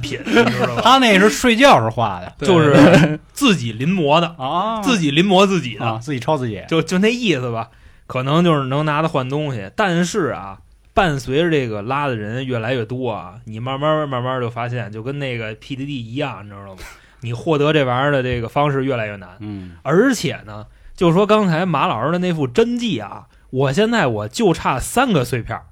Speaker 3: 品，你知道吧？
Speaker 2: 他那是睡觉时候画的
Speaker 3: 就是自己临摹的，
Speaker 2: 啊，
Speaker 3: 自己临摹自己的，
Speaker 2: 啊，自己抄自己。
Speaker 3: 就就那意思吧。可能就是能拿它换东西，但是啊，伴随着这个拉的人越来越多啊，你慢慢慢慢就发现，就跟那个 PDD 一样，你知 道吗？你获得这玩意儿的这个方式越来越难，
Speaker 2: 嗯，
Speaker 3: 而且呢，就是说刚才马老师的那副真迹啊，我现在我就差三个碎片儿，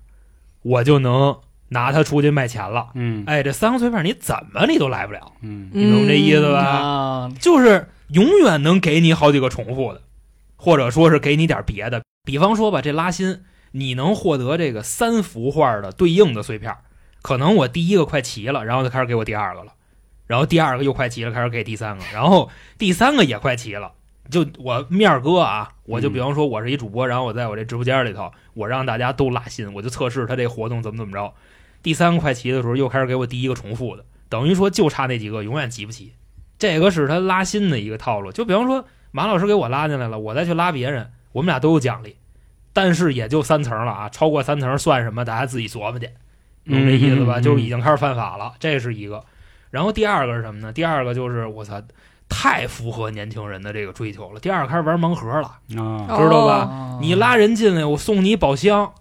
Speaker 3: 我就能拿它出去卖钱了。
Speaker 2: 嗯
Speaker 3: 哎，这三个碎片你怎么你都来不了，
Speaker 2: 嗯
Speaker 3: 你懂这意思吧？
Speaker 5: 啊，
Speaker 3: 就是永远能给你好几个重复的，或者说是给你点别的。比方说吧，这拉新，你能获得这个三幅画的对应的碎片，可能我第一个快齐了，然后就开始给我第二个了，然后第二个又快齐了，开始给第三个，然后第三个也快齐了。就我面儿哥啊，我就比方说我是一主播，然后我在我这直播间里头，我让大家都拉新，我就测试他这活动怎么怎么着。第三个快齐的时候，又开始给我第一个重复的，等于说就差那几个，永远集不齐。这个是他拉新的一个套路。就比方说马老师给我拉进来了，我再去拉别人，我们俩都有奖励，但是也就三层了啊，超过三层算什么？大家自己琢磨去，懂这意思吧？
Speaker 2: 嗯嗯嗯
Speaker 3: 就是已经开始犯法了，这是一个。然后第二个是什么呢？第二个就是我操，太符合年轻人的这个追求了。第二个开始玩盲盒了，
Speaker 2: 啊，
Speaker 3: 知道
Speaker 4: 哦
Speaker 3: 吧
Speaker 5: 啊
Speaker 3: 你拉人进来，我送你一宝箱，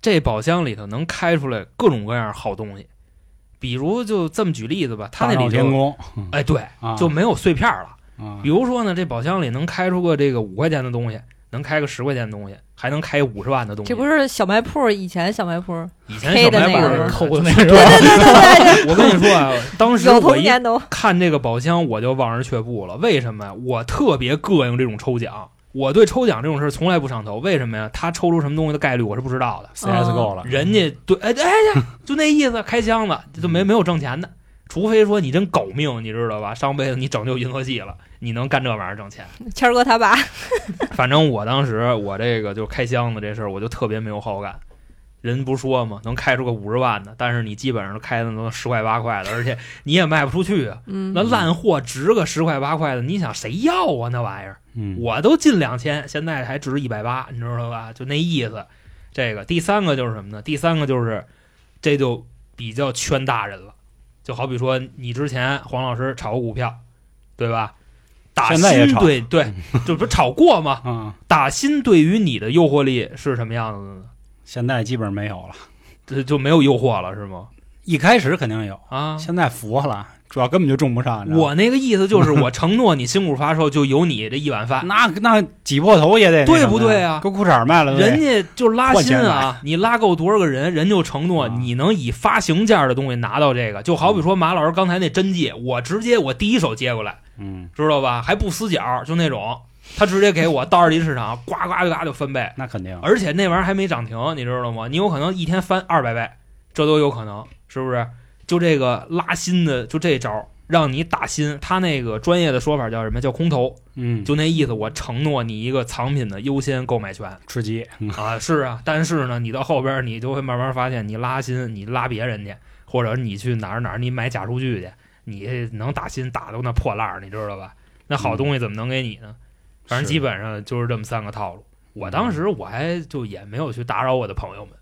Speaker 3: 这宝箱里头能开出来各种各样好东西。比如就这么举例子吧，他那
Speaker 2: 大闹
Speaker 3: 里
Speaker 2: 天
Speaker 3: 头，
Speaker 2: 宫
Speaker 3: 哎，对，
Speaker 2: 啊，
Speaker 3: 就没有碎片了。
Speaker 2: 啊
Speaker 3: 比如说呢，这宝箱里能开出个这个五块钱的东西，能开个十块钱的东西，还能开五十万的东西。
Speaker 4: 这不是小卖铺以前小卖铺，
Speaker 3: 以前小卖
Speaker 4: 黑的那
Speaker 3: 部
Speaker 4: 个
Speaker 5: 抠的
Speaker 3: 那
Speaker 5: 那是
Speaker 4: 对对对
Speaker 3: 我跟你说 啊，当
Speaker 4: 对，
Speaker 3: 时
Speaker 4: 有
Speaker 3: 我
Speaker 4: 童
Speaker 3: 一
Speaker 4: 年都
Speaker 3: 看这个宝箱，我就望而却步了。为什么呀？我特别膈应这种抽奖，我对抽奖这种事儿从来不上头。为什么呀？他抽出什么东西的概率我是不知道的。
Speaker 2: CSGO 了，
Speaker 3: 人家对，哎哎呀，就那意思，开箱子就没没有挣钱的，除非说你真狗命，你知道吧？上辈子你拯救银河系了，你能干这玩意儿挣钱。
Speaker 4: 谦儿哥他爸，
Speaker 3: 反正我当时我这个就开箱子这事儿，我就特别没有好感。人不说嘛，能开出个五十万的，但是你基本上都开的都十块 八块的，而且你也卖不出去啊。
Speaker 4: 嗯
Speaker 3: 那烂货值个十块八块的，你想谁要啊？那玩意儿，
Speaker 2: 嗯
Speaker 3: 我都近两千，现在还值一百八，你知道吧？就那意思。这个第三个就是什么呢？第三个就是，这就比较圈大人了。就好比说，你之前黄老师炒过股票，对吧？打
Speaker 2: 现在也
Speaker 3: 新
Speaker 2: 炒
Speaker 3: 对 对，就不是炒过吗？
Speaker 2: 啊，
Speaker 3: 打心对于你的诱惑力是什么样子的呢？
Speaker 2: 现在基本上没有了。
Speaker 3: 这就没有诱惑了是吗？
Speaker 2: 一开始肯定有，
Speaker 3: 啊，
Speaker 2: 现在佛了，主要根本就种不上。你知道吗
Speaker 3: 我那个意思就是，我承诺你辛苦发售就有你这一 碗饭，
Speaker 2: 那那挤破头也得那
Speaker 3: 对
Speaker 2: 什么
Speaker 3: 不对
Speaker 2: 呀
Speaker 3: 啊
Speaker 2: 搁裤衩卖了都得，
Speaker 3: 人家就拉
Speaker 2: 换
Speaker 3: 新
Speaker 2: 钱
Speaker 3: 啊，你拉够多少个人，人就承诺
Speaker 2: 啊
Speaker 3: 你能以发行价的东西拿到这个。就好比说马老师刚才那真迹，我直接我第一手接过来，
Speaker 2: 嗯，
Speaker 3: 知道吧？还不撕角，就那种，他直接给我到二级市场，呱呱呱就翻倍，
Speaker 2: 那肯定。
Speaker 3: 而且那玩意儿还没涨停，你知道吗？你有可能一天翻二百倍，这都有可能，是不是？就这个拉新的，就这招儿让你打新，他那个专业的说法叫什么？叫空投，
Speaker 2: 嗯，
Speaker 3: 就那意思。我承诺你一个藏品的优先购买权
Speaker 2: 吃 鸡，嗯
Speaker 3: 啊，是啊。但是呢，你到后边儿你就会慢慢发现，你拉新，你拉别人去，或者你去哪儿哪儿你买假数据去，你能打新打到那破烂儿，你知道吧？那好东西怎么能给你呢？反正
Speaker 2: 是
Speaker 3: 基本上就是这么三个套路。我当时我还就也没有去打扰我的朋友们，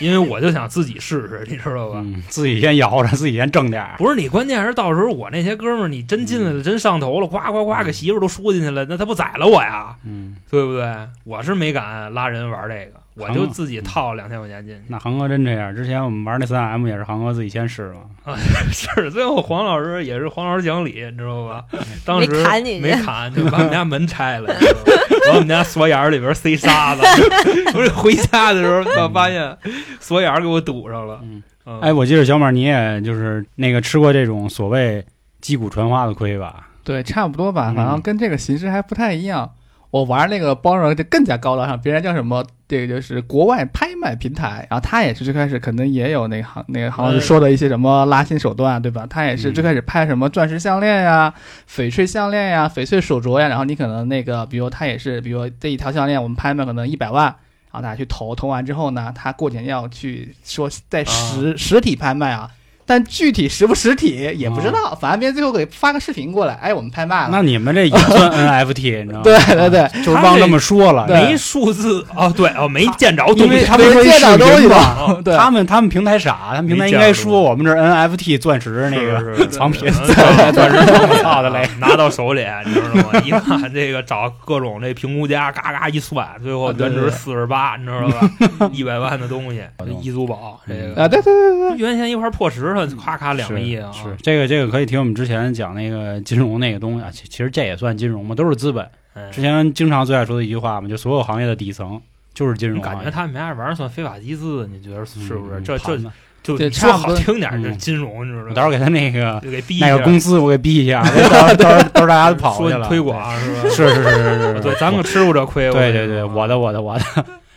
Speaker 3: 因为我就想自己试试，你知道吧？
Speaker 2: 嗯，自己先摇着，自己先挣点儿。
Speaker 3: 不是你，关键是到时候我那些哥们儿，你真进
Speaker 2: 嗯
Speaker 3: 来了，真上头了，夸夸夸给媳妇儿都说进去了，那他不宰了我呀？
Speaker 2: 嗯，
Speaker 3: 对不对？我是没敢拉人玩这个，我就自
Speaker 2: 嗯
Speaker 3: 己套两千块钱进去。
Speaker 2: 那航哥真这样。之前我们玩那三 M 也是航哥自己先试嘛，
Speaker 3: 是，最后黄老师也是黄老师讲理，你知道吧？当
Speaker 4: 没
Speaker 3: 时
Speaker 4: 砍你去
Speaker 3: 没 砍就把我们家门拆了，你知 道吧往我们家锁眼儿里边塞沙子。 不是回家的时候，我发现锁眼儿给我堵上了。
Speaker 2: 嗯
Speaker 3: 嗯
Speaker 2: 哎，，我记得小马你也就是那个吃过这种所谓击鼓传花的亏吧？
Speaker 5: 对，差不多吧，
Speaker 2: 嗯
Speaker 5: 反正跟这个形式还不太一样。我玩那个包容就更加高大上，别人叫什么？这个就是国外拍卖平台，然后他也是最开始可能也有那个行那个行老师说的一些什么拉新手段，对吧？他也是
Speaker 2: 嗯
Speaker 5: 最开始拍什么钻石项链呀、翡翠项链呀、翡翠手镯呀，然后你可能那个，比如他也是，比如这一条项链我们拍卖可能一百万，然后大家去投，投完之后呢，他过几天要去说在实、实体拍卖啊。但具体实不实体也不知道，反正别人最后给发个视频过来，哎，我们拍卖了。
Speaker 2: 那你们这也 算 NFT，你知道吗？
Speaker 5: 对对对，
Speaker 2: 就是忘这么说了。
Speaker 5: 对
Speaker 3: 没数字哦，对哦，没见着
Speaker 2: 因
Speaker 3: 东
Speaker 2: 为
Speaker 3: 西。
Speaker 2: 他
Speaker 5: 没
Speaker 2: 们
Speaker 5: 见着东西
Speaker 2: 吧？
Speaker 5: 吧？对，
Speaker 2: 哦他们他们平台傻，他们平台应该说我们这儿 NFT 钻石那个
Speaker 3: 是是是
Speaker 2: 藏品
Speaker 3: 嗯
Speaker 2: 钻石我 操的嘞！
Speaker 3: 拿到手里，你知道吗？一看这个找各种这评估家，嘎嘎一算，最
Speaker 2: 啊
Speaker 3: 后原值四十八，你知道 吧？一百万的东西，易租宝这个
Speaker 5: 啊，对对对对，
Speaker 3: 原先一块破石头，咔咔两个亿啊！
Speaker 2: 嗯哎是这个这个可以听我们之前讲那个金融那个东西啊，其其实这也算金融嘛，都是资本。
Speaker 3: 哎
Speaker 2: 之前经常最爱说的一句话嘛，就所有行业的底层就是金
Speaker 3: 你
Speaker 2: 融行业。
Speaker 3: 感觉他们家这玩意儿算非法集资，你觉得是不
Speaker 2: 啊
Speaker 3: 是？
Speaker 2: 嗯
Speaker 3: 这这
Speaker 2: 盘子
Speaker 3: 就
Speaker 5: 对
Speaker 3: 你说
Speaker 5: 差不
Speaker 3: 好
Speaker 5: 多
Speaker 3: 听点儿，
Speaker 2: 嗯
Speaker 3: 这金融你知道
Speaker 2: 我
Speaker 3: 吗？
Speaker 2: 到时候给他那个
Speaker 3: 就给逼一
Speaker 2: 那
Speaker 3: 下
Speaker 2: 个，公司我给逼一 下，到时候到时候到时候大家都跑
Speaker 3: 说
Speaker 2: 去
Speaker 3: 你
Speaker 2: 了。
Speaker 3: 推广是吧？
Speaker 2: 是是是是是，
Speaker 3: 对，咱们可吃过这
Speaker 2: 对
Speaker 3: 亏。我跟
Speaker 2: 对
Speaker 3: 你
Speaker 2: 对，
Speaker 3: 说啊
Speaker 2: 我的我的我 的。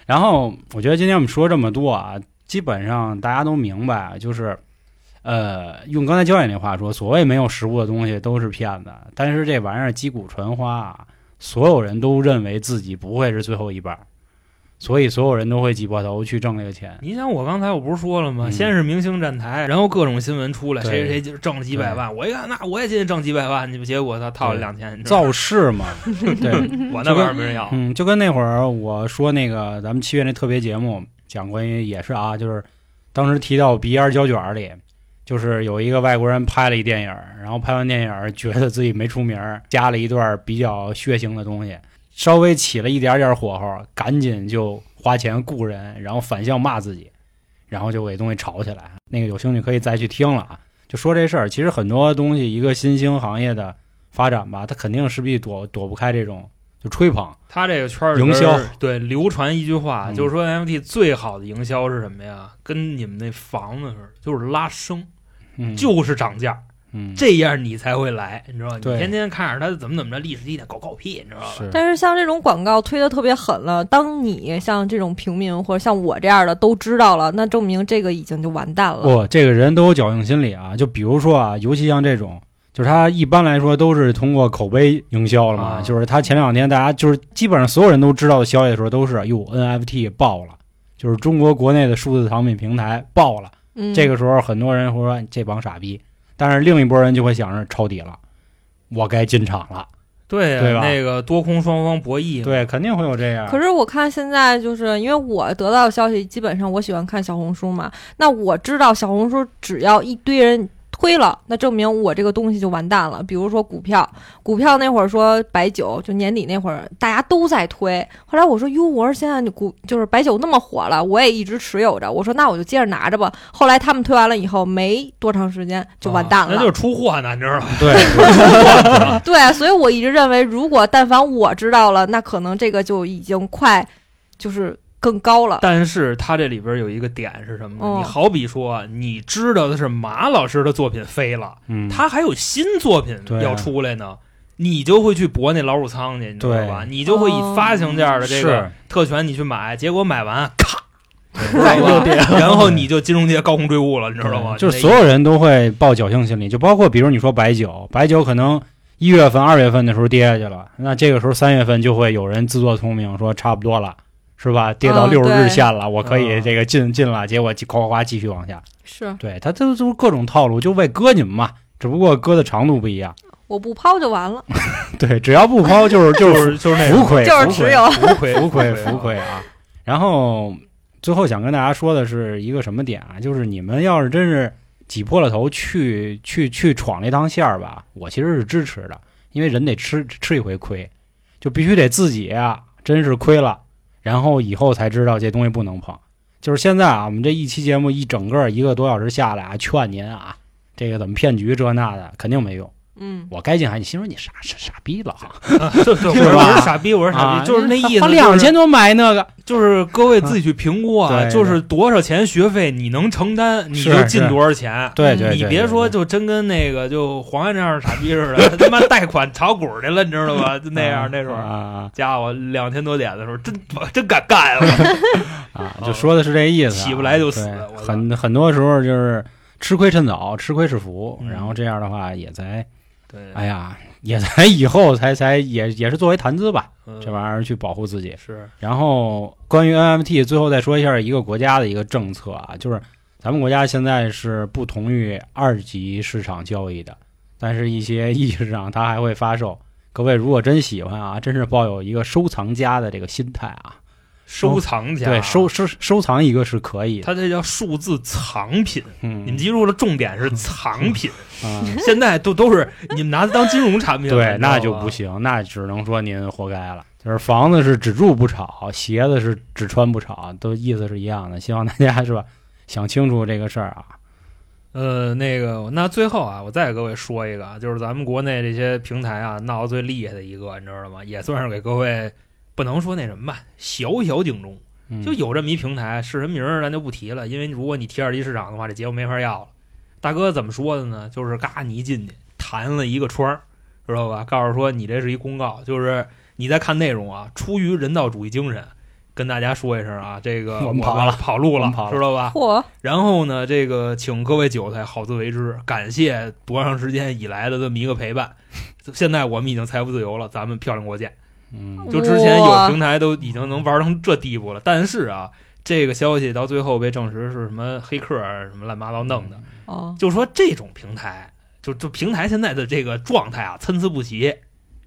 Speaker 2: 然后我觉得今天我们说这么多啊，基本上大家都明白，啊就是，呃，用刚才教练那话说，所谓没有实物的东西都是骗子。但是这玩意儿击鼓传花啊，所有人都认为自己不会是最后一棒，所以所有人都会挤破头去挣这个钱。
Speaker 3: 你想，我刚才我不是说了吗？
Speaker 2: 嗯
Speaker 3: 先是明星站台，然后各种新闻出来，
Speaker 2: 对
Speaker 3: 谁谁谁挣了几百万，我一看，那我也进去挣几百万，你不结果他套了
Speaker 2: 对
Speaker 3: 两千，你知道吗
Speaker 2: 造势 嘛，对，
Speaker 3: 我那玩意儿没人要。
Speaker 2: 嗯，就跟那会儿我说那个咱们七月那特别节目讲关于也是啊，就是当时提到鼻烟胶卷儿里，就是有一个外国人拍了一电影儿，然后拍完电影儿觉得自己没出名儿，加了一段儿比较血腥的东西，稍微起了一点点儿火候，赶紧就花钱雇人，然后反向骂自己，然后就给东西炒起来。那个有兴趣可以再去听了啊。就说这事儿，其实很多东西，一个新兴行业的发展吧，它肯定势必躲躲不开这种就吹捧。
Speaker 3: 他这个圈儿里边
Speaker 2: 营销
Speaker 3: 对流传一句话，
Speaker 2: 嗯
Speaker 3: 就是说 NFT 最好的营销是什么呀？跟你们那房子似的，就是拉升，
Speaker 2: 嗯，
Speaker 3: 就是涨价，
Speaker 2: 嗯
Speaker 3: 这样你才会来，你知道吗？你
Speaker 2: 对
Speaker 3: 天天看着他怎么怎么着，历史低点狗狗屁，你知道吧？
Speaker 2: 是
Speaker 4: 但是像这种广告推的特别狠了，当你像这种平民或者像我这样的都知道了，那证明这个已经就完蛋了。
Speaker 2: 不、这个人都有侥幸心理啊。就比如说啊，尤其像这种，就是他一般来说都是通过口碑营销了嘛。
Speaker 3: 啊
Speaker 2: 就是他前两天大家就是基本上所有人都知道的消息的时候，都是哎哟 NFT 爆了，就是中国国内的数字藏品平台爆了。
Speaker 4: 嗯，
Speaker 2: 这个时候很多人会说这帮傻逼，但是另一波人就会想着抄底了，我该进场了。
Speaker 3: 对
Speaker 2: 对吧
Speaker 3: 呀，那个多空双方博弈嘛，
Speaker 2: 对，肯定会有这
Speaker 3: 啊
Speaker 2: 样。
Speaker 4: 可是我看现在就是因为我得到的消息，基本上我喜欢看小红书嘛。那我知道小红书只要一堆人推了，那证明我这个东西就完蛋了。比如说股票，股票那会儿说白酒，就年底那会儿大家都在推。后来我说哟，我说现在股就是白酒那么火了，我也一直持有着。我说那我就接着拿着吧。后来他们推完了以后，没多长时间就完蛋
Speaker 3: 啊
Speaker 4: 了。
Speaker 3: 那就是出货呢，你知道吧？
Speaker 2: 对，
Speaker 4: 对，所以我一直认为，如果但凡我知道了，那可能这个就已经快就是更高了。
Speaker 3: 但是它这里边有一个点是什么呢？
Speaker 2: 哦
Speaker 4: 嗯
Speaker 3: 你好比说，啊你知道的是马老师的作品飞了，
Speaker 2: 嗯，
Speaker 3: 他还有新作品
Speaker 2: 对啊
Speaker 3: 要出来呢，你就会去搏那老鼠仓去，你知道吧？你就会
Speaker 2: 哦
Speaker 3: 以发行价的这个
Speaker 2: 是
Speaker 3: 特权你去买，结果买完咔，
Speaker 5: 再又跌了。
Speaker 3: 然后你就金融界高空坠物了，你知道吗？
Speaker 2: 就是
Speaker 3: 那
Speaker 2: 所有人都会抱侥幸心理，就包括比如你说白酒，白酒可能一月份、二月份的时候跌下去了，那这个时候三月份就会有人自作聪明说差不多了，是吧？跌到
Speaker 4: 嗯
Speaker 2: 六十
Speaker 4: 对
Speaker 2: 日线了，我可以
Speaker 3: 啊
Speaker 2: 这个进进了，结果哗哗哗继续往下。
Speaker 4: 是
Speaker 2: 对他这就是各种套路，就为割你们嘛，只不过割的长度不一样。
Speaker 4: 我不抛就完了，
Speaker 2: 对，只要不抛就是就
Speaker 3: 就是是就是那
Speaker 2: 浮
Speaker 3: 种
Speaker 2: 亏，
Speaker 4: 就是
Speaker 2: 浮
Speaker 4: 持
Speaker 2: 亏
Speaker 4: 有。
Speaker 3: 浮亏
Speaker 2: 浮
Speaker 3: 亏
Speaker 2: 亏浮亏啊。然后最后想跟大家说的是一个什么点啊？就是你们要是真是挤破了头去去去闯那趟线儿吧，我其实是支持的，因为人得吃吃一回亏，就必须得自己啊，真是亏了，然后以后才知道这东西不能碰。就是现在啊，我们这一期节目一整个一个多小时下来啊，劝您啊，这个怎么骗局这那的肯定没用。
Speaker 4: 嗯，
Speaker 2: 我该进还进，心说你傻傻傻逼了啊，
Speaker 3: 对对，
Speaker 2: 是
Speaker 3: 我
Speaker 2: 吧
Speaker 3: 是傻逼，我是傻
Speaker 2: 啊
Speaker 3: 逼，就是那意
Speaker 2: 花
Speaker 3: 思，
Speaker 2: 两千多买那个，
Speaker 3: 就是各位自己去评估
Speaker 2: 啊
Speaker 3: 啊，
Speaker 2: 对
Speaker 3: 就是多少钱学费你能承担，你就是进
Speaker 2: 是
Speaker 3: 多少钱。
Speaker 2: 对对对，
Speaker 3: 你
Speaker 2: 对
Speaker 3: 别
Speaker 2: 对
Speaker 3: 说，就真跟那个就黄安这样的傻逼似的，他他妈贷款炒股去了，你知道吗？就那样那时候，
Speaker 2: 啊
Speaker 3: 家伙两千多点的时候，真真敢干 啊！
Speaker 2: 啊啊，
Speaker 3: 哦
Speaker 2: 就说的是这意思啊，
Speaker 3: 起不来就死
Speaker 2: 对
Speaker 3: 我操
Speaker 2: 很很多时候就是吃亏趁早，吃亏是福，
Speaker 3: 嗯
Speaker 2: 然后这样的话也才，
Speaker 3: 对，
Speaker 2: 哎呀，也才以后才才也也是作为谈资吧，
Speaker 3: 嗯，
Speaker 2: 这玩意儿去保护自己。
Speaker 3: 是
Speaker 2: 然后关于 NFT，最后再说一下一个国家的一个政策啊，就是咱们国家现在是不同意二级市场交易的，但是一些一级市场它还会发售。各位如果真喜欢啊，真是抱有一个收藏家的这个心态啊，
Speaker 3: 收藏家，啊
Speaker 2: 对，收收收藏一个是可以的，
Speaker 3: 他这叫数字藏品，
Speaker 2: 嗯，
Speaker 3: 你们记住了，重点是藏品。
Speaker 2: 啊，
Speaker 3: 现在都都是你们拿它当金融产品了，
Speaker 2: 对，那就不
Speaker 3: 行。
Speaker 2: 行，那只能说您活该了。就是房子是只住不炒，鞋子是只穿不炒，都意思是一样的。希望大家是吧，想清楚这个事儿啊。
Speaker 3: 呃，那个，那最后啊，我再给各位说一个啊，就是咱们国内这些平台啊，闹得最厉害的一个，你知道吗？也算是给各位不能说那什么吧，小小警钟。
Speaker 2: 嗯
Speaker 3: 就有这么一平台，是什么名儿咱就不提了，因为如果你提二级市场的话，这节目没法要了。大哥怎么说的呢？就是嘎，你一进去弹了一个窗儿，知道吧？告诉说你这是一公告，就是你在看内容啊，出于人道主义精神，跟大家说一声啊，这个
Speaker 2: 我们跑了
Speaker 3: 跑路
Speaker 2: 我
Speaker 3: 了
Speaker 2: 们跑，了
Speaker 3: 知道吧？
Speaker 4: 嚯，
Speaker 3: 然后呢，这个请各位韭菜好自为之，感谢多长时间以来的这么一个陪伴。现在我们已经财富自由了，咱们漂亮过界。
Speaker 2: 嗯，
Speaker 3: 就之前有
Speaker 4: 哇
Speaker 3: 平台都已经能玩成这地步了，但是啊，这个消息到最后被证实是什么黑客啊什么乱七八糟弄
Speaker 2: 嗯
Speaker 3: 的。
Speaker 4: 哦，
Speaker 3: 就说这种平台，就就平台现在的这个状态啊，参差不齐，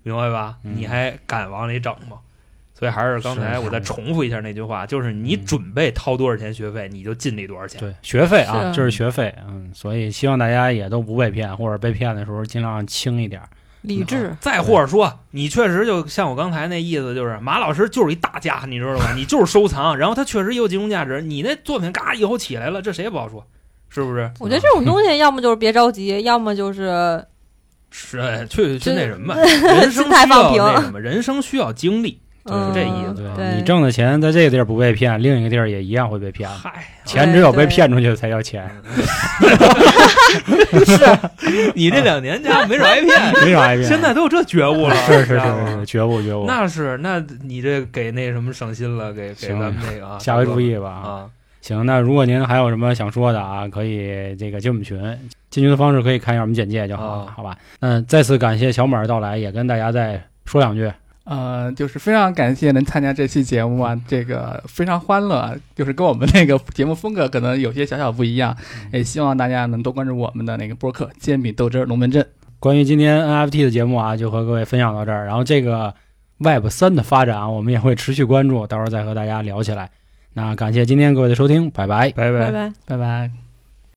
Speaker 3: 明白吧？
Speaker 2: 嗯
Speaker 3: 你还敢往里整吗？所以还是刚才
Speaker 2: 是
Speaker 3: 我再
Speaker 2: 是
Speaker 3: 重复一下那句话，就是你
Speaker 2: 嗯
Speaker 3: 准备掏多少钱学费，你就进里多少钱。
Speaker 2: 对，学费啊，
Speaker 4: 是
Speaker 2: 这是学费，嗯，所以希望大家也都不被骗，或者被骗的时候尽量轻一点儿。
Speaker 4: 理智，
Speaker 3: 再或者说，你确实就像我刚才那意思，就是马老师就是一大家，你知道 吧？你就是收藏，然后他确实也有金融价值。你那作品嘎以后起来了，这谁也不好说，是不是？
Speaker 4: 我觉得这种东西，要么就是别着急，要么就是
Speaker 3: 是，哎去去
Speaker 4: 真
Speaker 3: 那什么吧，人生
Speaker 4: 心
Speaker 3: 需
Speaker 4: 态
Speaker 3: 要
Speaker 4: 放平
Speaker 3: 那什么，人生需要经历。
Speaker 4: 嗯，
Speaker 3: 这意思
Speaker 2: 对你挣的钱在这个地儿不被骗，另一个地儿也一样会被骗。
Speaker 3: 嗨，
Speaker 2: 钱只有被
Speaker 4: 对
Speaker 2: 骗出去才叫 钱，
Speaker 3: 啊你这两年家伙没少挨 骗，
Speaker 2: 没啥挨骗。
Speaker 3: 现在都有这觉悟了，
Speaker 2: 是是
Speaker 3: 知
Speaker 2: 是
Speaker 3: 道
Speaker 2: 是
Speaker 3: 吗
Speaker 2: 是，觉悟觉悟，
Speaker 3: 啊那是，那你这给那什么省心了，给给
Speaker 2: 行
Speaker 3: 咱们那个啊，
Speaker 2: 下回注意吧啊。
Speaker 3: 啊，
Speaker 2: 行，那如果您还有什么想说的啊，可以这个进我们群，进群的方式可以看一下我们简介就好了，
Speaker 3: 啊
Speaker 2: 好吧？那再次感谢小马儿到来，也跟大家再说两句。
Speaker 5: 呃，就是非常感谢能参加这期节目啊，这个非常欢乐啊，就是跟我们那个节目风格可能有些小小不一样，也希望大家能多关注我们的那个播客《煎饼豆汁儿龙门阵》。
Speaker 2: 关于今天 NFT 的节目啊，就和各位分享到这儿。然后这个 Web 三的发展啊，我们也会持续关注，到时候再和大家聊起来。那感谢今天各位的收听，拜拜，
Speaker 3: 拜
Speaker 4: 拜拜。
Speaker 5: 拜拜。